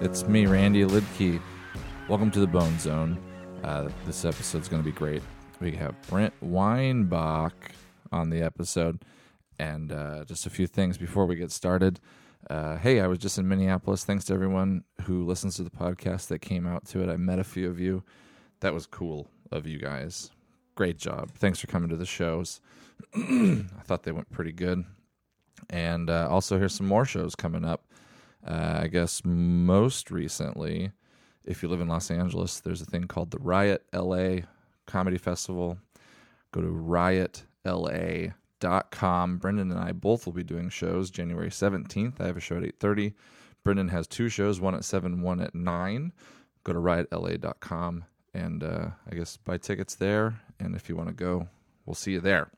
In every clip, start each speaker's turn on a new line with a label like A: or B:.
A: It's me, Randy Lidkey. Welcome to the Bone Zone. Uh, this episode's going to be great. We have Brent Weinbach on the episode, and uh, just a few things before we get started. Uh, hey, I was just in Minneapolis. Thanks to everyone who listens to the podcast that came out to it. I met a few of you. That was cool of you guys. Great job. Thanks for coming to the shows. I thought they went pretty good. And uh, also, here's some more shows coming up. Uh, I guess most recently, if you live in Los Angeles, there's a thing called the Riot LA Comedy Festival. Go to riotla.com. Brendan and I both will be doing shows January 17th. I have a show at 8:30. Brendan has two shows, one at 7, one at 9. Go to riotla.com and uh, I guess buy tickets there. And if you want to go, we'll see you there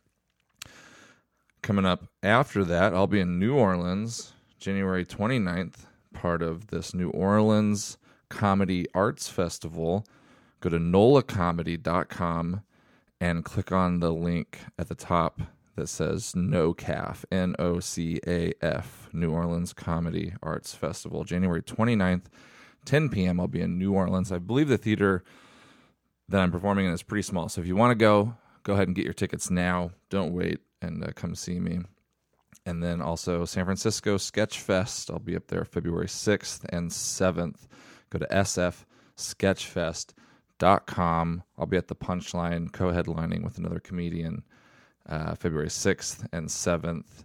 A: coming up after that i'll be in new orleans january 29th part of this new orleans comedy arts festival go to nolacomedy.com and click on the link at the top that says NOCAF, N O C A F, New Orleans Comedy Arts Festival, January 29th, 10 p.m. I'll be in New Orleans. I believe the theater that I'm performing in is pretty small. So if you want to go, go ahead and get your tickets now. Don't wait and uh, come see me. And then also San Francisco Sketch Fest. I'll be up there February 6th and 7th. Go to sfsketchfest.com. I'll be at the punchline co headlining with another comedian uh, February 6th and 7th.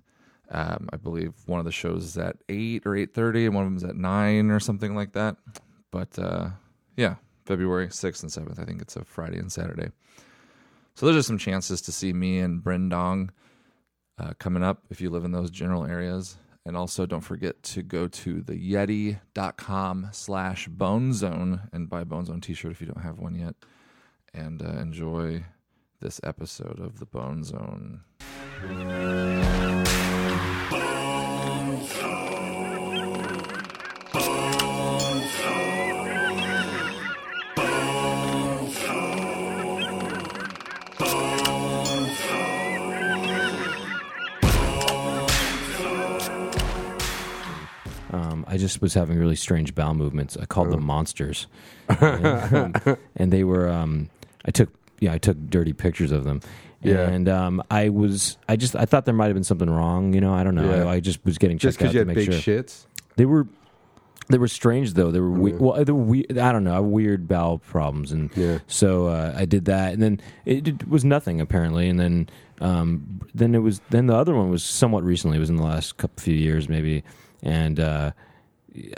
A: Um, I believe one of the shows is at 8 or 8.30 and one of them is at 9 or something like that. But uh, yeah, February 6th and 7th. I think it's a Friday and Saturday. So those are some chances to see me and Brendong uh, coming up if you live in those general areas. And also don't forget to go to the yeti.com slash bone zone and buy a bone zone t-shirt if you don't have one yet. And uh, enjoy this episode of the bone zone.
B: Um, I just was having really strange bowel movements. I called
C: Oh.
B: them monsters, and, they were. Um, I took yeah, I took dirty pictures of them.
A: Yeah.
B: and um, I was I just I thought there might have been something wrong. You know, I don't know.
A: Yeah.
B: I, I just was getting
C: just
B: checked out
C: because you
B: to make
C: had big
B: sure
C: shits.
B: they were. They were strange though. They were we- well. They were weird. I don't know. I had Weird bowel problems, and
C: Yeah.
B: so uh, I did that, and then it, it was nothing apparently, and then um, then it was then the other one was somewhat recently. It was in the last couple few years maybe, and uh,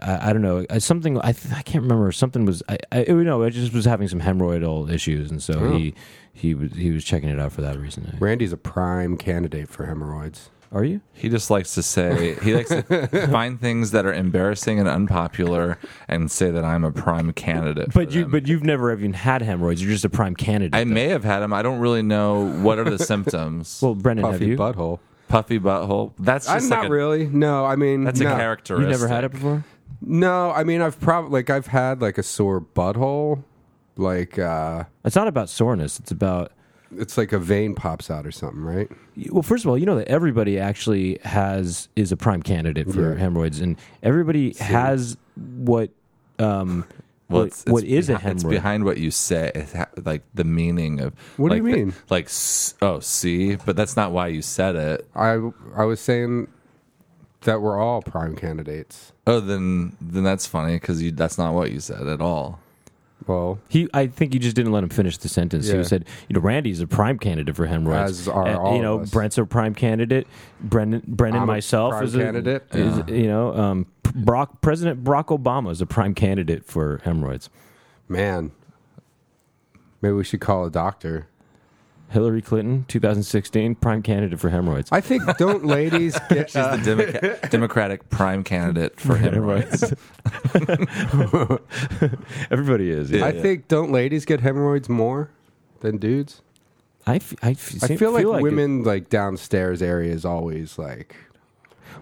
B: I, I don't know uh, something. I th- I can't remember. Something was I, I it, no. I just was having some hemorrhoidal issues, and so he he was he was checking it out for that reason.
C: Randy's a prime candidate for hemorrhoids.
B: Are you?
A: He just likes to say he likes to find things that are embarrassing and unpopular and say that I'm a prime candidate. for
B: But you
A: them.
B: but you've never even had hemorrhoids. You're just a prime candidate.
A: I may have had them. I don't really know what are the symptoms.
B: well, Brendan, have
C: Puffy
B: you?
C: butthole.
A: puffy butthole. That's just
C: I'm
A: like
C: not
A: a,
C: really. No, I mean
A: That's
C: no.
A: a characteristic.
B: You never had it before.
C: No, I mean I've probably like I've had like a sore butthole, like uh
B: It's not about soreness. It's about
C: it's like a vein pops out or something, right?
B: well, first of all, you know that everybody actually has is a prime candidate for
C: Yeah.
B: hemorrhoids, and everybody has what um
A: Well,
B: what,
A: it's,
B: what
A: it's
B: is a
A: behi- It's
B: hemorrhoid.
A: behind what you say. It's ha- like the meaning of.
C: What do
A: like
C: you
A: the-
C: mean?
A: like s- oh, see, but that's not why you said it.
C: I I was saying that we're all prime candidates.
A: Oh, then then that's funny because you that's not what you said at all.
C: Well,
B: He, I think you just didn't let him finish the sentence.
C: Yeah.
B: He said, "You know, Randy's a prime candidate for hemorrhoids.
C: As are
B: Uh,
C: all
B: you
C: of
B: know,
C: us.
B: Brent's a prime candidate. Brendan, Brendan,
C: I'm a
B: myself
C: prime
B: is a
C: candidate.
B: Is, You know, um, P- Brock, President Barack Obama is a prime candidate for hemorrhoids.
C: man, maybe we should call a doctor.
B: Hillary Clinton, 2016, prime candidate for hemorrhoids.
C: I think don't ladies get uh,
A: She's the Demo- Democratic prime candidate for hemorrhoids.
B: Everybody is. Yeah.
C: I think don't ladies get hemorrhoids more than dudes?
B: I, f- I, f-
C: I
B: seem-
C: feel, like,
B: it-
C: women like downstairs area is always like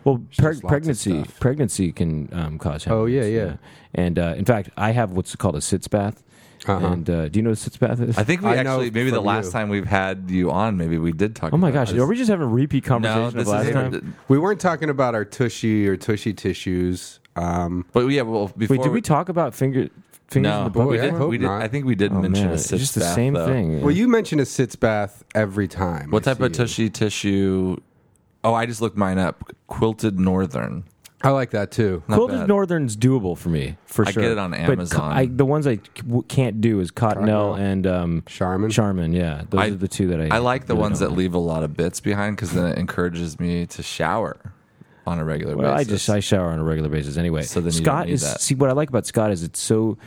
B: Well, preg
C: lots of
B: pregnancy
C: stuff. Oh,
B: pregnancy can um, cause. Hemorrhoids,
C: yeah, yeah.
B: And uh, in fact, I have what's called a sitz bath.
C: Uh-huh.
B: And uh, do you know what a sitz bath is?
A: I think we
C: I know
A: actually maybe the
C: from
A: last
C: you.
A: time we've had you on, maybe we did talk.
B: Oh my
A: about
B: gosh,
A: this.
B: are we just having a repeat
A: no,
B: conversation
A: this
B: of last
A: is
B: time?
C: We weren't talking about our tushy or tushy tissues. Um,
A: But yeah, well, before
B: Wait, did we talk about finger fingers
A: no,
B: in the butt?
C: Oh,
A: we,
C: yeah, I
A: did,
C: hope
A: we did.
C: not.
A: I think we did
B: Oh,
A: mention
B: man,
A: a
B: it's
A: sitz
B: just the
A: bath,
B: same
A: though.
B: thing.
C: Well, you mention a sitz bath every time.
A: What
C: I
A: type of
C: see
A: tushy
C: you.
A: tissue? Oh, I just looked mine up. Quilted northern.
C: I like that too.
A: Not
B: Quilted
A: bad.
B: Northern's doable for me for
A: I
B: sure.
A: get it on
B: But
A: Amazon.
B: co- I, the ones I c- w- can't do is Cottonelle,
C: Cottonelle.
B: and um,
C: Charmin.
B: Charmin. Yeah, those
A: I-
B: are the two that I.
A: I like the
B: really
A: ones
B: don't
A: that
B: like.
A: leave a lot of bits behind because then it encourages me to shower on a regular
B: Well, I
A: basis.
B: just I shower on a regular basis anyway.
A: So then you don't
B: Scott
A: need
B: is
A: that.
B: see what I like about Scott is it's so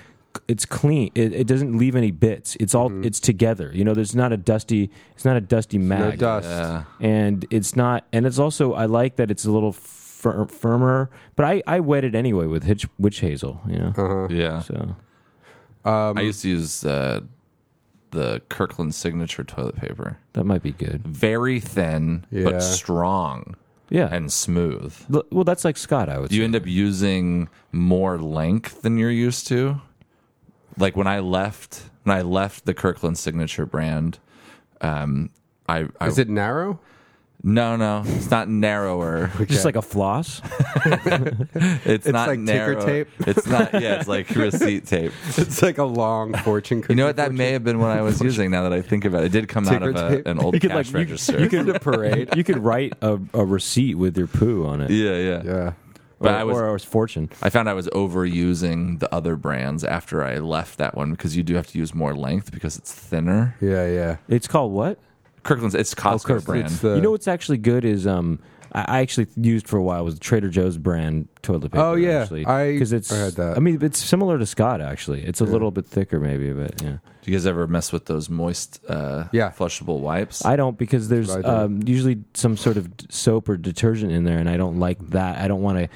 B: it's clean. It, it doesn't leave any bits. It's all
A: Mm-hmm.
B: it's together. You know, there's not a dusty. It's not a dusty
C: No
B: mag.
C: dust.
A: Yeah.
B: and it's not and it's also i like that it's a little fir- firmer but i i wet it anyway with hitch, witch hazel you know
A: Uh-huh. yeah.
B: so
A: I used to use uh, the Kirkland signature toilet paper.
B: that might be good
A: Very thin,
C: Yeah.
A: but strong
B: yeah
A: and smooth.
B: L- well that's like scott i would
A: Do you
B: say.
A: end up using more length than you're used to? Like when I left, when I left the Kirkland signature brand, um, I, I
C: Is it narrow?
A: no no it's not narrower
B: just like a floss
A: it's, not
C: like ticker
A: narrow.
C: tape.
A: it's not yeah it's like receipt tape
C: It's like a long fortune cookie.
A: You know what? That may have been what I was using. Now that I think about it, it did come out
C: Ticker
A: of
C: tape.
A: a, an old
B: You could,
A: cash
B: like, you-
A: register.
B: you
C: fortune. the parade.
B: you could write a, a receipt with your poo on it
A: yeah, yeah,
C: Yeah.
A: But
B: or,
A: I was,
B: or a fortune
A: I found I was overusing the other brands after I left that one because you do have to use more length because it's thinner.
C: Yeah, yeah.
B: it's called what
A: Kirkland's, it's Costco
C: It's-
A: brand.
C: Oh, It's the,
B: you know what's actually good is um I I actually used for a while was Trader Joe's brand toilet paper.
C: Oh, yeah.
B: actually.
C: I-
B: 'Cause it's
C: I had that.
B: I mean it's similar to Scott actually. It's a little bit thicker maybe, but yeah.
A: do you guys ever mess with those moist, uh,
C: Yeah.
A: flushable wipes?
B: I don't because there's
C: That's what I do.
B: um, usually some sort of d- soap or detergent in there, and I don't like that. I don't want to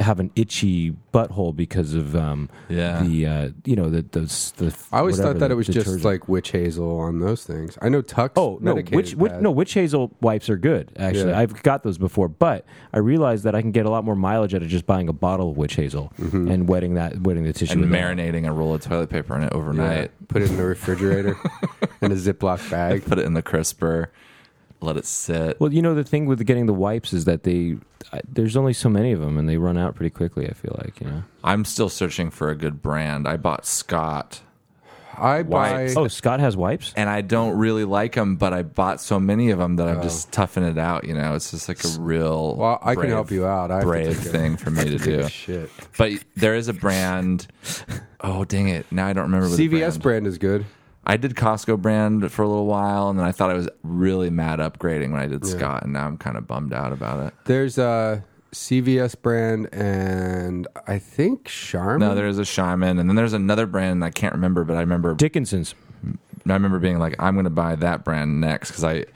B: have an itchy butthole because of um,
A: Yeah.
B: the uh, you know the those the.
C: I always
B: whatever,
C: thought that
B: the
C: it was
B: detergent.
C: just like witch hazel on those things. I know Tux.
B: Oh no!
C: medicated
B: Witch, witch,
C: that.
B: no, witch hazel wipes are good. Actually,
C: Yeah.
B: I've got those before, but I realized that I can get a lot more mileage out of just buying a bottle of witch hazel and wetting that, wetting the tissue
A: and
B: with that.
A: marinating a roll of toilet paper in it
C: Yeah.
A: overnight.
C: Put it in the refrigerator in a Ziploc bag.
A: Put it in the crisper. Let it sit.
B: Well, you know the thing with getting the wipes is that they I, there's only so many of them, and they run out pretty quickly. I feel like you know.
A: I'm still searching for a good brand. I bought Scott.
C: I buy.
A: Wipes.
B: Oh, Scott has wipes.
A: and I don't really like them, but I bought so many of them that I'm just toughing it out. You know, it's just like a real.
C: Oh. Well, I can help you out. I have to
A: brave
C: take a-
A: thing for me to do.
C: Shit.
A: But there is a brand. Oh dang it! Now I don't remember. what the
C: CVS brand is good.
A: I did Costco brand for a little while, and then I thought I was really mad upgrading when I did Scott, and now I'm kind of bummed out about it.
C: There's a CVS brand and I think Charmin.
A: No, there is a Shaman, and then there's another brand I can't remember, but I remember
B: Dickinson's.
A: I remember being like, I'm going to buy that brand next because I,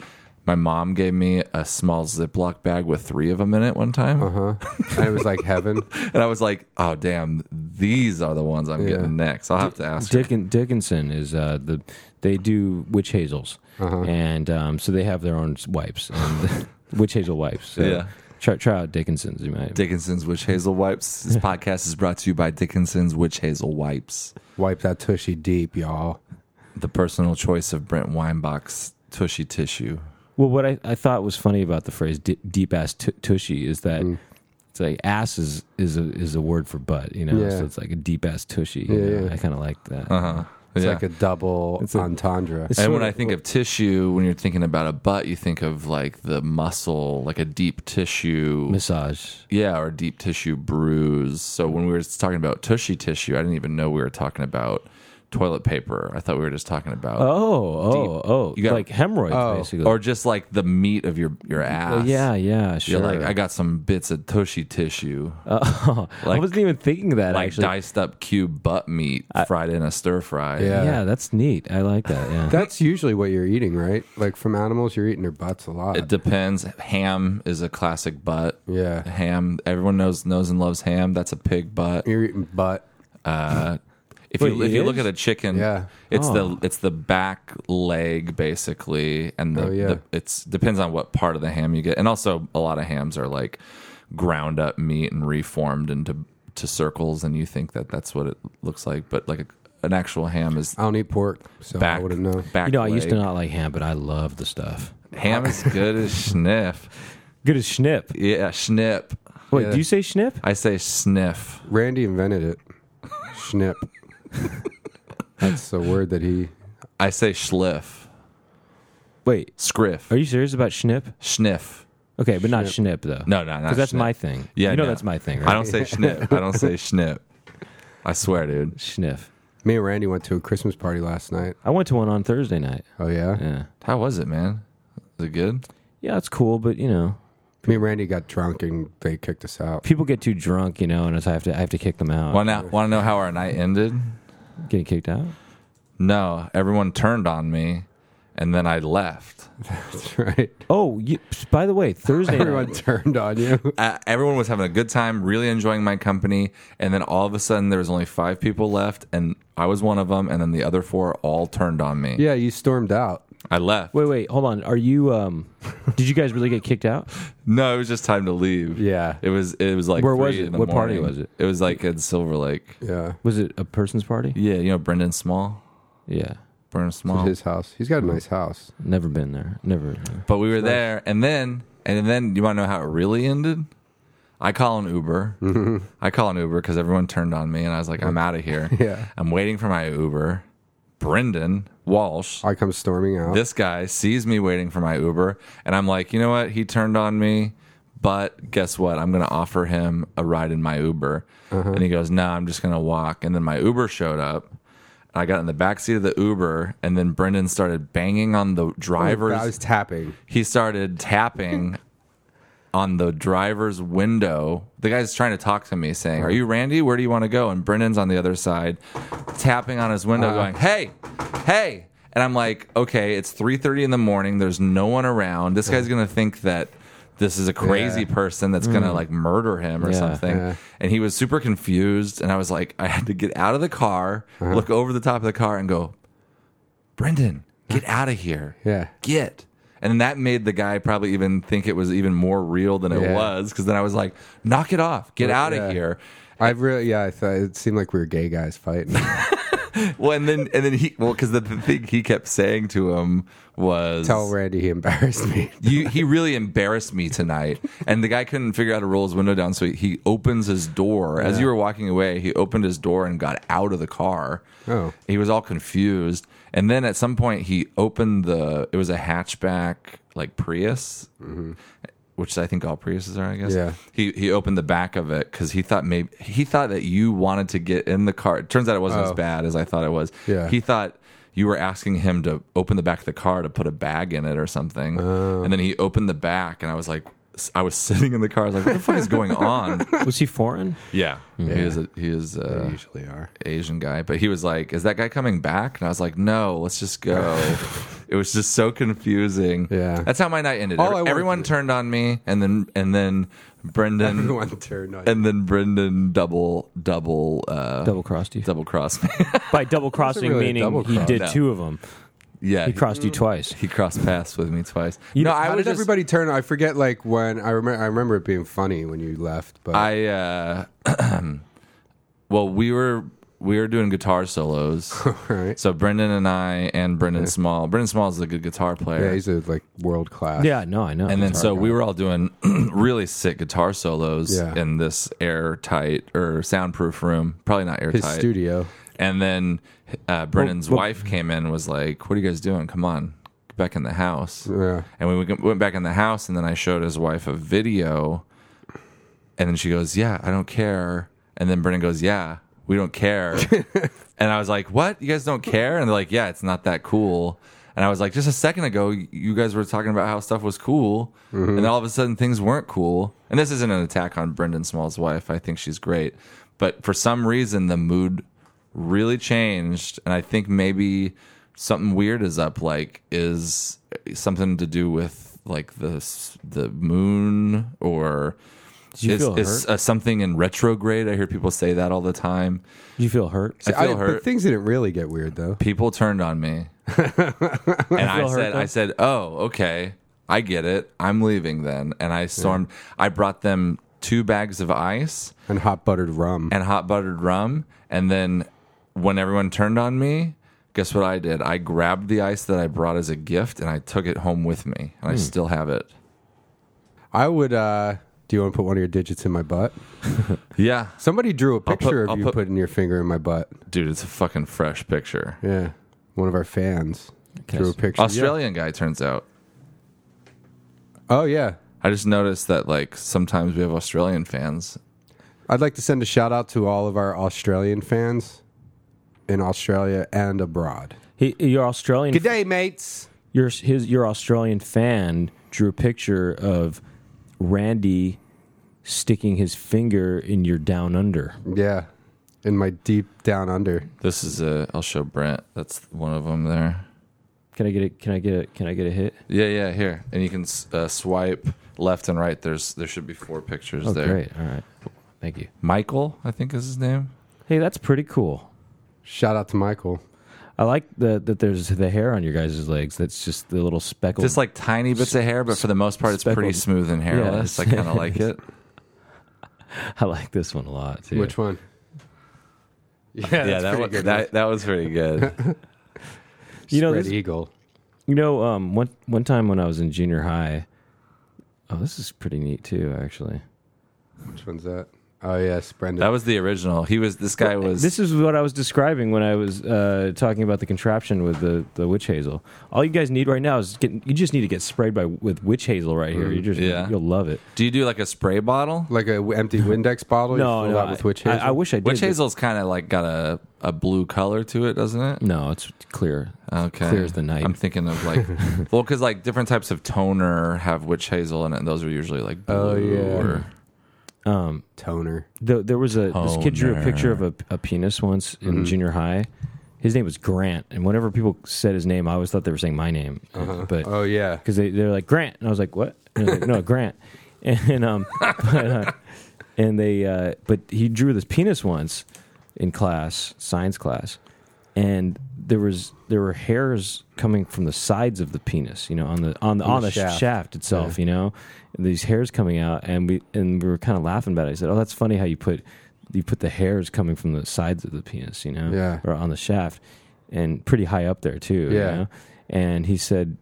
A: my mom gave me a small Ziploc bag with three of them in it one time,
C: and it was like heaven.
A: and I was like, oh damn, these are the ones I'm
C: Yeah.
A: getting next. I'll have to ask. her.
B: Dickin, Dickinson is uh, the they do witch hazels, and um, so they have their own wipes, and witch hazel wipes. So
A: Yeah.
B: try, try out Dickinson's. You might.
A: Dickinson's Witch Hazel Wipes. This podcast is brought to you by Dickinson's Witch Hazel Wipes,
C: Wipe that tushy deep, y'all.
A: the personal choice of Brent Weinbach's tushy tissue.
B: well, what I, I thought was funny about the phrase di- "deep ass tu- tushy" is that. It's like ass is is a, is a word for butt, you know.
C: Yeah.
B: So it's like a deep ass tushy. you
C: Yeah,
B: know?
C: yeah.
B: I kind of like that.
A: Uh-huh.
C: It's
A: yeah.
C: like a double
B: a-
C: entendre.
B: It's
A: and
B: sort
A: when I
B: of-
A: think of tissue, when you're thinking about a butt, you think of like the muscle, like a deep tissue
B: massage,
A: Yeah, or deep tissue bruise. So when we were talking about tushy tissue, I didn't even know we were talking about toilet paper. I thought we were just talking about
B: oh oh oh,
A: You got-
B: like hemorrhoids
C: Oh.
B: basically.
A: or just like the meat of your your ass.
B: Well, Oh, yeah, yeah, sure.
A: You're like, I got some bits of tushy tissue,
B: Oh, I
A: like-
B: wasn't even thinking of that.
A: like
B: actually,
A: diced up cube butt meat fried in a stir fry.
C: Yeah.
B: Yeah, that's neat. I like that. Yeah.
C: That's usually what you're eating, right? Like from animals, you're eating their butts a lot.
A: It depends. Ham is a classic butt.
C: yeah.
A: Ham, everyone knows knows and loves ham. That's a pig butt.
C: You're eating butt.
A: Uh, if
B: Wait,
A: you if
B: it
A: you look at
B: is?
A: a chicken,
C: Yeah. Oh.
A: it's the it's the back leg basically, and the,
C: Oh, yeah.
A: the it's depends on what part of the ham you get, and also a lot of hams are like ground up meat and reformed into to circles, and you think that that's what it looks like, but like a, an actual ham is
C: I don't eat pork, so
A: back
C: I wouldn't know.
A: back.
B: You know, I used to
A: leg.
B: not like ham, but I love the stuff.
A: ham is good as schniff.
B: Good as schnip.
A: Yeah, schnip.
B: Wait,
C: Yeah.
B: do you say schnip?
A: I say sniff.
C: Randy invented it. Schnip. That's a word that he.
A: I say schliff.
B: Wait,
A: Scriff.
B: are you serious about schnip?
A: Sniff.
B: Okay, but not schnip though.
A: No, no, not
B: because that's
A: schnip.
B: my thing.
A: Yeah,
B: you know
A: no.
B: that's my thing, right?
A: I don't say schnip. I don't say schnip. I swear, dude.
B: sniff.
C: Me and Randy went to a Christmas party last night.
B: I went to one on Thursday night.
C: Oh yeah.
B: Yeah,
A: How was it, man? Was it good?
B: yeah, it's cool, but you know,
C: Me and Randy got drunk and they kicked us out.
B: people get too drunk, you know, and it's, I have to I have to kick them out.
A: Want to want to know how our night ended?
B: Getting kicked out.
A: No, everyone turned on me, and then I left.
C: That's right.
B: Oh, you, by the way, Thursday.
C: Everyone
B: night,
C: turned on you.
A: Uh, everyone was having a good time, really enjoying my company, and then all of a sudden there was only five people left, and I was one of them, and then the other four all turned on me.
C: Yeah, you stormed out.
A: I left.
B: wait, wait, hold on. Are you? um Did you guys really get kicked out?
A: No, it was just time to leave.
C: Yeah.
A: It was. It was like
B: Where was
A: three
B: it?
A: in the
B: What party
A: morning.
B: was it?
A: It was like at Silver Lake.
C: Yeah.
B: Was it a person's party?
A: Yeah, you know Brendan Small,
B: Yeah,
A: Brendan Small.
C: At his house. He's got a nice house.
B: never been there. Never.
A: But we were there, and then and then you want to know how it really ended? I call an Uber. I call an Uber because everyone turned on me, and I was like, "I'm out of here."
C: Yeah.
A: I'm waiting for my Uber. Brendan Walsh,
C: I come storming out.
A: this guy sees me waiting for my Uber, and I'm like, "You know what? He turned on me." But guess what? I'm going to offer him a ride in my Uber. And he goes, No, I'm just going to walk. And then my Uber showed up. And I got in the back seat of the Uber. And then Brendan started banging on the driver's
C: I was tapping.
A: he started tapping on the driver's window. The guy's trying to talk to me, saying, Are you Randy? Where do you want to go? And Brennan's on the other side, tapping on his
C: Uh-huh.
A: window, going, Hey, hey. And I'm like, okay, it's 3:30 in the morning. There's no one around. This guy's gonna think that this is a crazy
C: Yeah. Mm.
A: person that's gonna like murder him or
B: Yeah.
A: something.
C: Yeah.
A: And he was super confused. And I was like, I had to get out of the car,
C: Uh-huh.
A: look over the top of the car, and go, Brendan, get out of here
C: Yeah.
A: get. And that made the guy probably even think it was even more real than it
C: Yeah.
A: was because then I was like, knock it off, get out of
C: yeah.
A: here.
C: I really, yeah, I thought it seemed like we were gay guys fighting.
A: Well, and then and then he well because the, the thing he kept saying to him was
C: Tell Randy he embarrassed me.
A: you, he really embarrassed me tonight. And the guy couldn't figure out how to roll his window down, so he, he opens his door. As you were walking away, he opened his door and got out of the car.
C: Oh.
A: He was all confused. And then at some point, he opened the, it was a hatchback, like Prius. Which I think all Priuses are, I guess.
C: Mm-hmm. Yeah.
A: He he opened the back of it because he thought maybe he thought that you wanted to get in the car. It turns out it wasn't as
C: Oh.
A: bad as I thought it was.
C: Yeah.
A: He thought you were asking him to open the back of the car to put a bag in it or something.
C: Oh.
A: And then he opened the back, and I was like, I was sitting in the car. I was like, what the fuck is going on?
B: Was he foreign?
A: Yeah. He is, a, he is
C: They
A: uh,
C: usually are.
A: Asian guy, but he was like, "Is that guy coming back?" And I was like, "No, let's just go." it was just so confusing.
C: Yeah.
A: that's how my night ended.
C: All I wanted
A: Everyone
C: to-
A: turned on me, and then and then Brendan
C: Everyone turned on
A: and then Brendan double double uh,
B: Double crossed you.
A: double crossed me.
B: By double crossing,
C: really a
B: meaning
C: double
B: he
C: cross. Mm-hmm.
B: did
A: No.
B: two of them.
A: yeah,
B: He crossed you twice.
A: he crossed paths with me twice. no,
C: How
A: I
C: did
A: was just,
C: everybody turn? I forget. Like when I remember, I remember it being funny when you left. But
A: I uh, well, we were we were doing guitar solos.
C: all right.
A: So Brendan and I and Brendan Small. Brendan Small is a good guitar player.
C: yeah, he's a like world class.
B: Yeah, no, I know.
A: and then so we were all doing really sick guitar solos
C: Yeah.
A: in this airtight or soundproof room probably not airtight
C: his studio.
A: and then uh, brennan's wife came in and was like what are you guys doing come on get back in the house
C: Yeah.
A: and we went- went back in the house and then i showed his wife a video and then she goes yeah i don't care and then brennan goes yeah we don't care and i was like what you guys don't care and they're like yeah it's not that cool and i was like just a second ago you guys were talking about how stuff was cool
B: Mm-hmm.
A: and then all of a sudden things weren't cool and this isn't an attack on brendan small's wife i think she's great but for some reason the mood really changed and i think maybe something weird is up like is something to do with like the s- the moon or
B: Did you
A: is,
B: feel
A: is
B: hurt?
A: uh, something in retrograde i hear people say that all the time
B: Did you feel hurt?
A: i feel hurt
C: But things didn't really get weird though.
A: people turned on me and i,
B: feel hurt,
A: said
B: though.
A: i said oh okay i get it i'm leaving then and i stormed i brought them two bags of ice
C: And hot buttered rum.
A: and hot buttered rum. And then when everyone turned on me, guess what I did? I grabbed the ice that I brought
B: Hmm.
A: as a gift and I took it home with me, and I still have it.
C: I would. uh Do you want to put one of your digits in my butt?
A: Yeah,
C: Somebody drew a
A: put-
C: picture
A: I'll
C: of you
A: put-
C: putting your finger in my butt.
A: dude, it's a fucking fresh picture.
C: Yeah. One of our fans
B: Can I
C: drew a
B: s-
C: picture.
A: Australian guy turns out.
C: Yeah. Oh, yeah.
A: I just noticed that like sometimes we have Australian fans.
C: I'd like to send a shout out to all of our Australian fans in Australia and abroad.
B: He, your Australian,
C: Good day, mates.
B: your his your Australian fan drew a picture of Randy sticking his finger in your down under.
C: Yeah. In my deep down under.
A: This is a. I'll show Brent. That's one of them there.
B: Can I get it? Can I get it? Can I get a hit?
A: Yeah, yeah. Here, and you can s- uh, swipe left and right. There's there should be four pictures
B: Oh,
A: there.
B: great! All right, thank you.
A: Michael, I think is his name.
B: Hey, that's pretty cool.
C: Shout out to Michael.
B: I like the, that there's the hair on your guys' legs. That's just the little speckle.
A: Just like tiny bits of hair, but for the most part, it's pretty
B: Speckled.
A: smooth and hairless.
B: Yes.
A: I kind of like it.
B: I like this one a lot. Too.
C: Which one? Yeah,
A: yeah,
C: that's
A: that
C: pretty
A: was,
C: good.
A: that, that was pretty good.
B: you know,
C: Spread
B: this-
C: eagle.
B: You know, um, one one time when I was in junior high, oh, this is pretty neat too, actually.
C: Which one's that? Oh yes, Brendan.
A: that was the original. He was this guy was
B: This is what I was describing when I was uh, talking about the contraption with the, the witch hazel. All you guys need right now is get, you just need to get sprayed by with witch hazel right
C: Mm,
B: here. You just
A: Yeah.
B: you'll love it.
A: Do you do like a spray bottle?
C: like a w- empty Windex bottle. you fill that
B: I-
C: with witch
B: I,
C: hazel.
B: I wish I did.
A: Witch
B: but-
A: hazel's kind of like got a, a blue color to it, doesn't it?
B: No, it's clear.
A: Okay,
B: Clear as the night.
A: I'm thinking of like, well, because like different types of toner have witch hazel in it, and those are usually like blue.
C: Oh, yeah.
A: Or,
B: Um,
C: toner.
B: There, there was a this kid
C: Oh,
B: drew a picture of
A: Toner.
B: a, a penis once in
C: Mm-hmm.
B: junior high. His name was Grant, and whenever people said his name, I always thought they were saying my name, but
C: Oh yeah.
B: because they they're like Grant, and I was like, what? And I was like, no, Grant, and um, but, uh, and they uh, but he drew this penis once in class, science class, and there was there were hairs coming from the sides of the penis, you know, on the on the on the, shaft. itself, you know, and these hairs coming out, and we and we were kind of laughing about it. I said, oh, that's funny how you put you put the hairs coming from the sides of the penis, you know,
C: Yeah.
B: or on the shaft, and pretty high up there too, you
C: Yeah.
B: know? And he said,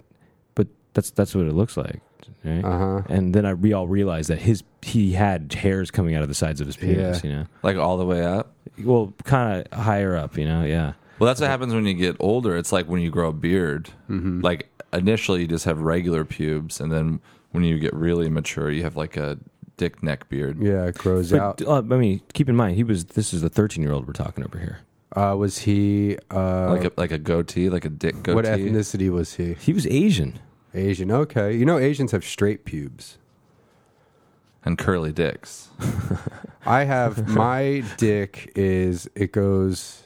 B: but that's that's what it looks like. Right?
C: Uh huh.
B: And then I we all realized that his he had hairs coming out of the sides of his penis.
A: like all the way up.
B: You know, well, kind of higher up. You know, yeah.
A: Well, that's what happens when you get older. It's like when you grow a beard. Like initially, you just have regular pubes, and then when you get really mature, you have like a dick neck beard.
C: Yeah, it grows out.
B: But uh, I mean, keep in mind he was this is the thirteen year old we're talking over here.
C: Uh, was he? Uh,
A: Like a like a goatee, like a dick goatee.
C: what ethnicity was he?
B: He was Asian.
C: Asian. Okay. You know, Asians have straight pubes.
A: and curly dicks.
C: I have my dick is it goes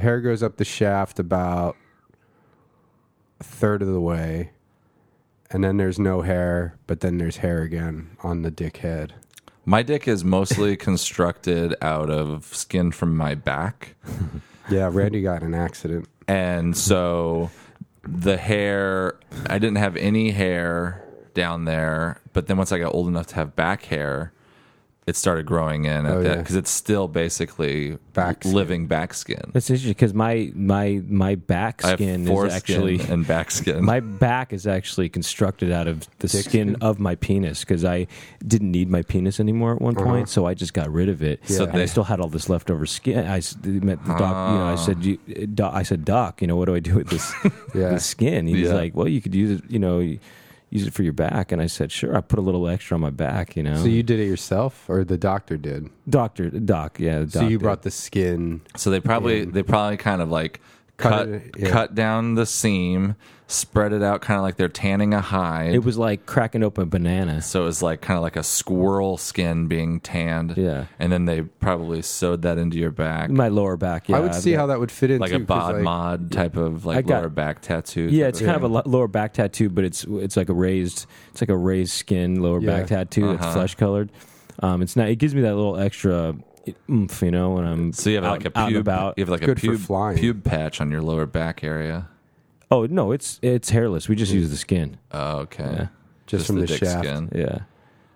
C: hair goes up the shaft about a third of the way, and then there's no hair, but then there's hair again on the dick head.
A: My dick is mostly constructed out of skin from my back.
C: Yeah, Randy got in an accident.
A: And so the hair, I didn't have any hair down there. But then once I got old enough to have back hair, it started growing in at
C: Oh,
A: that
C: yeah.
A: because it's still basically
C: Back skin.
A: living back skin.
B: That's interesting because my my my back
A: I have
B: skin is
A: foreskin
B: actually
A: and back skin.
B: my back is actually constructed out of the skin, of my penis because I didn't need my penis anymore at one
C: Uh-huh.
B: point, so I just got rid of it.
C: So
B: and I
A: they-
B: still had all this leftover skin. I s- met the doc. You know,
C: Ah.
B: I said, you, eh, doc, I said, doc, you know, what do I do with this,
C: Yeah.
B: this skin? He's
A: Yeah.
B: like, well, you could use it. You know. y- Use it for your back, and I said, "Sure." I put a little extra on my back, you know.
C: So you did it yourself, or the doctor did?
B: doctor, doc, yeah. Doc
C: So you
B: did.
C: brought the skin.
A: so they probably they probably kind of like
C: Cut
A: cut
C: it, yeah.
A: cut down the seam, spread it out, kind of like they're tanning a hide.
B: It was like cracking open a banana.
A: So it was like kind of like a squirrel skin being tanned.
B: Yeah.
A: And then they probably sewed that into your back.
B: My lower back. Yeah,
C: I would
B: I've
C: see
B: got-
C: how that would fit in
A: like
C: too,
A: a
C: 'cause,
A: bod
C: like,
A: mod type of like
B: I got-
A: lower back tattoo.
B: Yeah,
A: type
B: it's kind of a lo- lower back tattoo, but it's it's like a raised it's like a raised skin lower
C: Yeah.
B: back tattoo. It's
A: Uh-huh.
B: flesh colored. Um, it's not. It gives me that little extra oomph, you know, when I'm
A: So you have
B: out,
A: like a
B: out and
A: pube.
B: about.
A: You have like a
C: Good for
A: pube,
C: flying.
A: pube patch on your lower back area.
B: Oh no, it's it's hairless. We just use the skin.
A: Oh, okay.
B: Yeah.
C: Just from the
A: dick
C: shaft.
B: Yeah.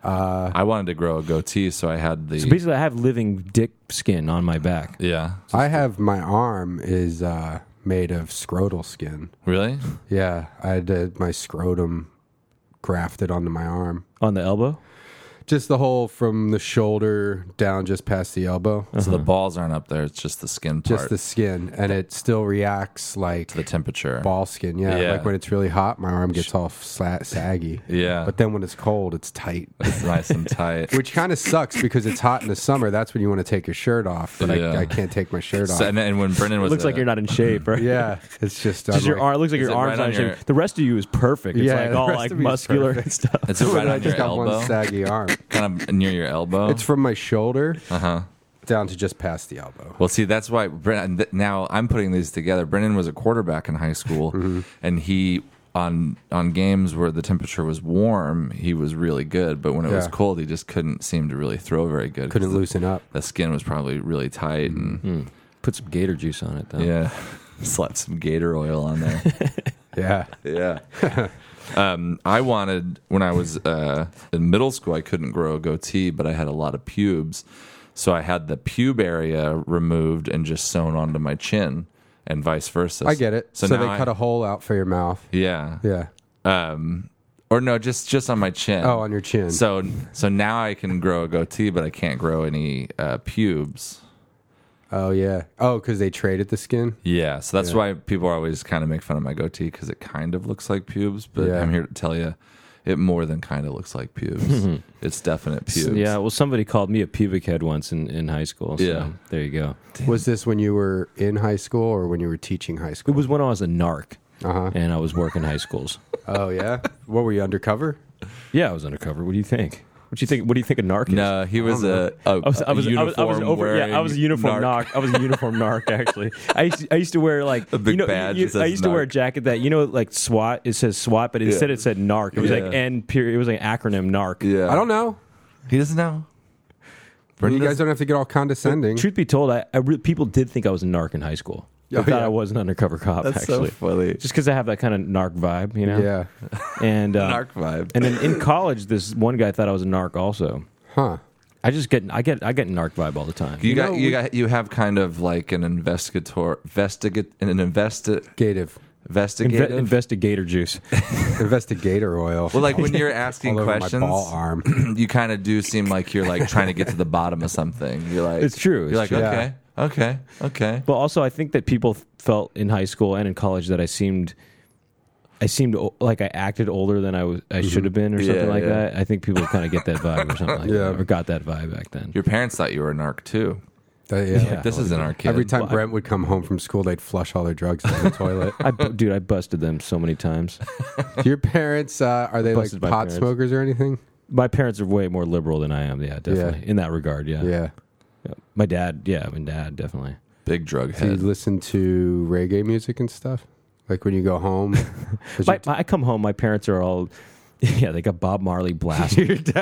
C: Uh,
A: I wanted to grow a goatee, so I had the
B: So basically, I have living dick skin on my back.
A: yeah.
C: I have my arm is uh, made of scrotal skin.
A: Really?
C: Yeah, I had uh, my scrotum grafted onto my arm.
B: On the elbow,
C: Just the whole from the shoulder down, just past the elbow,
A: So the balls aren't up there; it's just the skin part
C: Uh-huh. just the skin, and it still reacts like
A: to the temperature.
C: ball skin. Yeah,
A: Yeah.
C: like when it's really hot, my arm gets all sla- saggy.
A: Yeah,
C: But then when it's cold, it's tight,
A: it's nice and tight.
C: which kind of sucks because it's hot in the summer. That's when you want to take your shirt off, but
A: Yeah.
C: I, I can't take my shirt off.
A: So- and, and when Brendan
B: It
A: was
B: looks like
A: a-
B: you're not in shape, right?
C: yeah, it's just I'm
B: Just your
C: like-
B: arm. It looks like
A: Is
B: your
A: it
B: arms
A: right
B: not
A: on
B: in
A: your-
B: shape. The rest of you is perfect. It's
C: Yeah,
B: like
C: the
B: all
C: rest
B: like
C: of me is
B: muscular
C: perfect.
B: and stuff.
A: It's right on
C: I
A: your
C: just got
A: elbow, Oh.
C: one saggy arm.
A: kind of near your elbow. Uh-huh.
C: It's from my shoulder down to just past the elbow.
A: Well, see, that's why Brennan. Th- now I'm putting these together. Brennan was a quarterback in high school,
C: Mm-hmm.
A: and he on on games where the temperature was warm, he was really good. But when it was
C: Yeah.
A: cold, he just couldn't seem to really throw very good. 'cause
C: Couldn't Mm-hmm.
A: the,
C: loosen up.
A: The skin was probably really tight, and
B: Put some gator juice on it, though.
A: yeah, slapped some Gator oil on there.
C: Yeah.
A: yeah. um, I wanted when I was uh, in middle school, I couldn't grow a goatee, but I had a lot of pubes, so I had the pube area removed and just sewn onto my chin, and vice versa.
C: I get it. So,
A: now
C: they
A: I-
C: cut a hole out for your mouth.
A: yeah,
C: Yeah.
A: Um, or no, just just on my chin.
C: Oh, on your chin.
A: so so now I can grow a goatee, but I can't grow any uh, pubes.
C: oh yeah. Oh, because they traded the skin.
A: Yeah, so that's why people are always kind of make fun of my goatee because it kind of looks like pubes, but
C: Yeah.
A: I'm here to tell you, it more than kind of looks like pubes. it's definite pubes.
B: Yeah, well, somebody called me a pubic head once in, in high school. So
A: Yeah.
B: there you go.
C: Was this when you were in high school or when you were teaching high
B: It
C: school?
B: was when I was a narc
C: Uh-huh.
B: and I was working high schools.
C: Oh yeah. what were you undercover?
B: Yeah, I was undercover. What do you think? What do you think? What do you think a narc is?
A: No, he was a, a,
B: I was, I was,
A: a
B: I
A: uniform
B: was, I was over, yeah, I was a uniform
A: narc.
B: narc. I was a uniform narc. Actually, I used, to, I used to wear like
A: A big
B: you know,
A: badge
B: you-
A: that says
B: I used to wear a
A: narc.
B: jacket that you know, like SWAT. It says SWAT, but instead
A: Yeah.
B: it said narc. It was like
A: Yeah.
B: N period. It was like an acronym narc.
A: Yeah,
C: I don't know.
A: He doesn't know. Brendan
C: you guys
A: doesn't-
C: don't have to get all condescending.
B: Truth be told, I, I re- people did think I was a narc in high school. They
C: Oh,
B: thought
C: yeah.
B: I was an undercover cop.
A: That's
B: actually,
A: so funny.
B: just because I have that kind of narc vibe, you know.
C: Yeah.
B: And uh,
A: narc vibe.
B: And then in college, this one guy thought I was a narc. Also,
C: Huh.
B: I just get I get I get narc vibe all the time.
A: you,
C: You
A: got
C: know,
A: you
C: we-
A: got you have kind of like an investigator investigate an investi-
C: Gative.
B: Inve-
A: investigative
B: investigator juice.
C: Investigator oil.
A: well like when you're
C: all
A: asking
C: over
A: questions
C: my ball arm.
A: you kind of do seem like you're like trying to get to the bottom of something. You're like,
B: It's true,
A: You're like,
B: it's true.
A: okay, okay, okay.
B: Well, also I think that people th- felt in high school and in college that I seemed I seemed o- like I acted older than I was I should have been or something
A: Yeah,
B: like
A: yeah.
B: that. I think people kind of get that vibe or something like
C: Yeah.
B: that or got that vibe back then.
A: Your parents thought you were a narc too.
C: Uh, yeah.
A: Like, this is an arc.
C: Every time
B: Well, I-
C: Brent would come home from school, they'd flush all their drugs down the toilet.
B: I bu- dude, I busted them so many times.
C: Do Your parents uh, are they like
B: Busted by
C: pot
B: parents.
C: smokers or anything?
B: My parents are way more liberal than I am. Yeah, definitely in that regard. Yeah.
C: Yeah.
B: Yeah. my dad. Yeah, I mean, dad definitely.
A: big drug
C: Do you
A: head.
C: listen to reggae music and stuff? Like when you go home, Does
B: My,
C: your-
B: my- I come home, my parents are all. Yeah, they got Bob Marley blasted.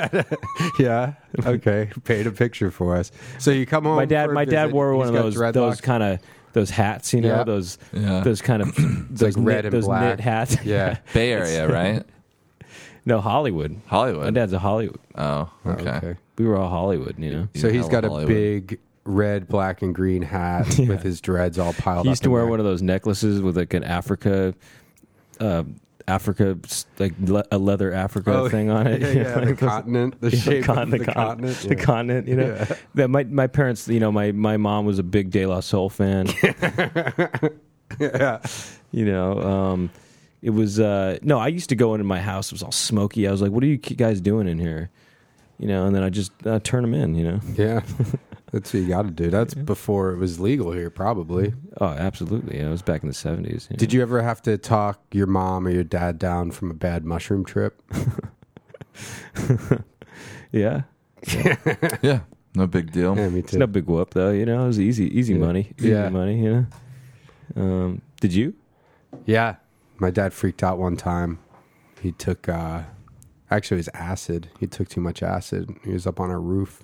C: yeah. Okay, paint a picture for us. So you come home.
B: my dad
C: for a
B: my dad
C: visit,
B: wore
C: he's
B: one of
C: got
B: those
C: dreadlocks.
B: those kind of those hats you know
C: Yeah.
B: those
A: Yeah.
B: those kind of those
C: like red
B: knit,
C: and
B: those
C: black.
B: knit hats
C: Yeah.
A: Bay Area, right?
B: no hollywood my
A: Hollywood.
B: dad's a hollywood
A: oh, okay.
C: Okay.
B: we were all hollywood you know
A: You
C: So he's
A: hella
C: got a
A: Hollywood.
C: big red, black, and green hat with his dreads all piled.
B: he used
C: up
B: to
C: in
B: wear
C: there.
B: one of those necklaces with like an africa uh, africa s- like le- a leather africa
C: Oh,
B: thing on it
C: Yeah,
B: you know,
C: yeah,
B: like
C: the
B: those-
C: continent, the
B: you know,
C: shape
B: con-
C: of
B: the
C: the,
B: con-
C: continent,
B: the
C: Yeah.
B: continent, you know.
C: Yeah.
B: That my my parents, you know, my my mom was a big De La Soul fan.
C: yeah.
B: you know um it was uh no i used to go into my house it was all smoky i was like what are you ki- guys doing in here you know and then i just uh, turn them in you know
C: Yeah. That's what you got to do. That's before it was legal here, probably.
B: oh absolutely yeah, it was back in the 70s you know.
C: Did you ever have to talk your mom or your dad down from a bad mushroom trip?
B: yeah
A: Yeah, no big deal.
C: Yeah, me
B: it's
C: too.
B: no big whoop though you know it was easy easy
C: Yeah.
B: money easy
C: Yeah.
B: money you know um did you
C: Yeah. My dad freaked out one time. He took, uh, actually, it was acid. He took too much acid. He was up on our roof.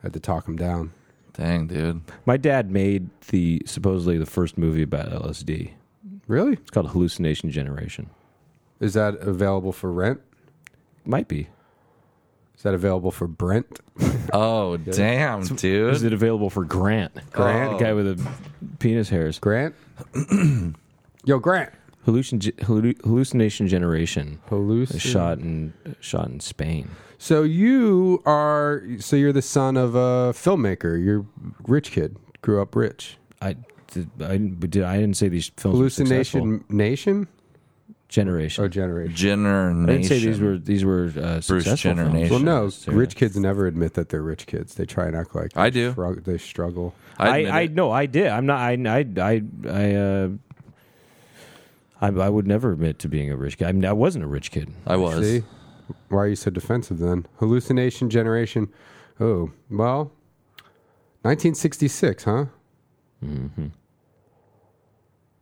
C: I had to talk him down.
A: Dang, dude.
B: my dad made the supposedly the first movie about lsd
C: Really?
B: it's called hallucination generation
C: Is that available for rent?
B: might be
C: Is that available for Brent?
A: Oh, damn,
B: is
A: dude.
B: it available for grant
C: Grant?
B: the guy with the penis hairs
C: Grant? Yo, Grant.
B: Hallucin- hallu- hallucination generation
C: Hallucin-
B: shot in shot in Spain.
C: So you are so you're the son of a filmmaker. You're rich kid. Grew up rich.
B: I did. I, did, I didn't say these films. were successful.
C: Hallucination Nation
B: generation.
C: or Generation?
A: Jenner
B: I
A: Nation.
B: didn't say these were these were uh, successful
A: Jenner
B: films.
A: Nation.
C: Well, no,
B: necessarily.
C: rich kids never admit that they're rich kids. They try and act like
A: I do.
C: strugg- they struggle.
B: I,
A: admit
B: I
A: it.
B: no, I did. I'm not. I I I I. Uh, I, I would never admit to being a rich kid. I, mean, I wasn't a rich kid.
A: I was.
C: See? Why are you so defensive then? Hallucination Generation. Oh, well, 1966, huh? Mm-hmm.
B: Mm-hmm.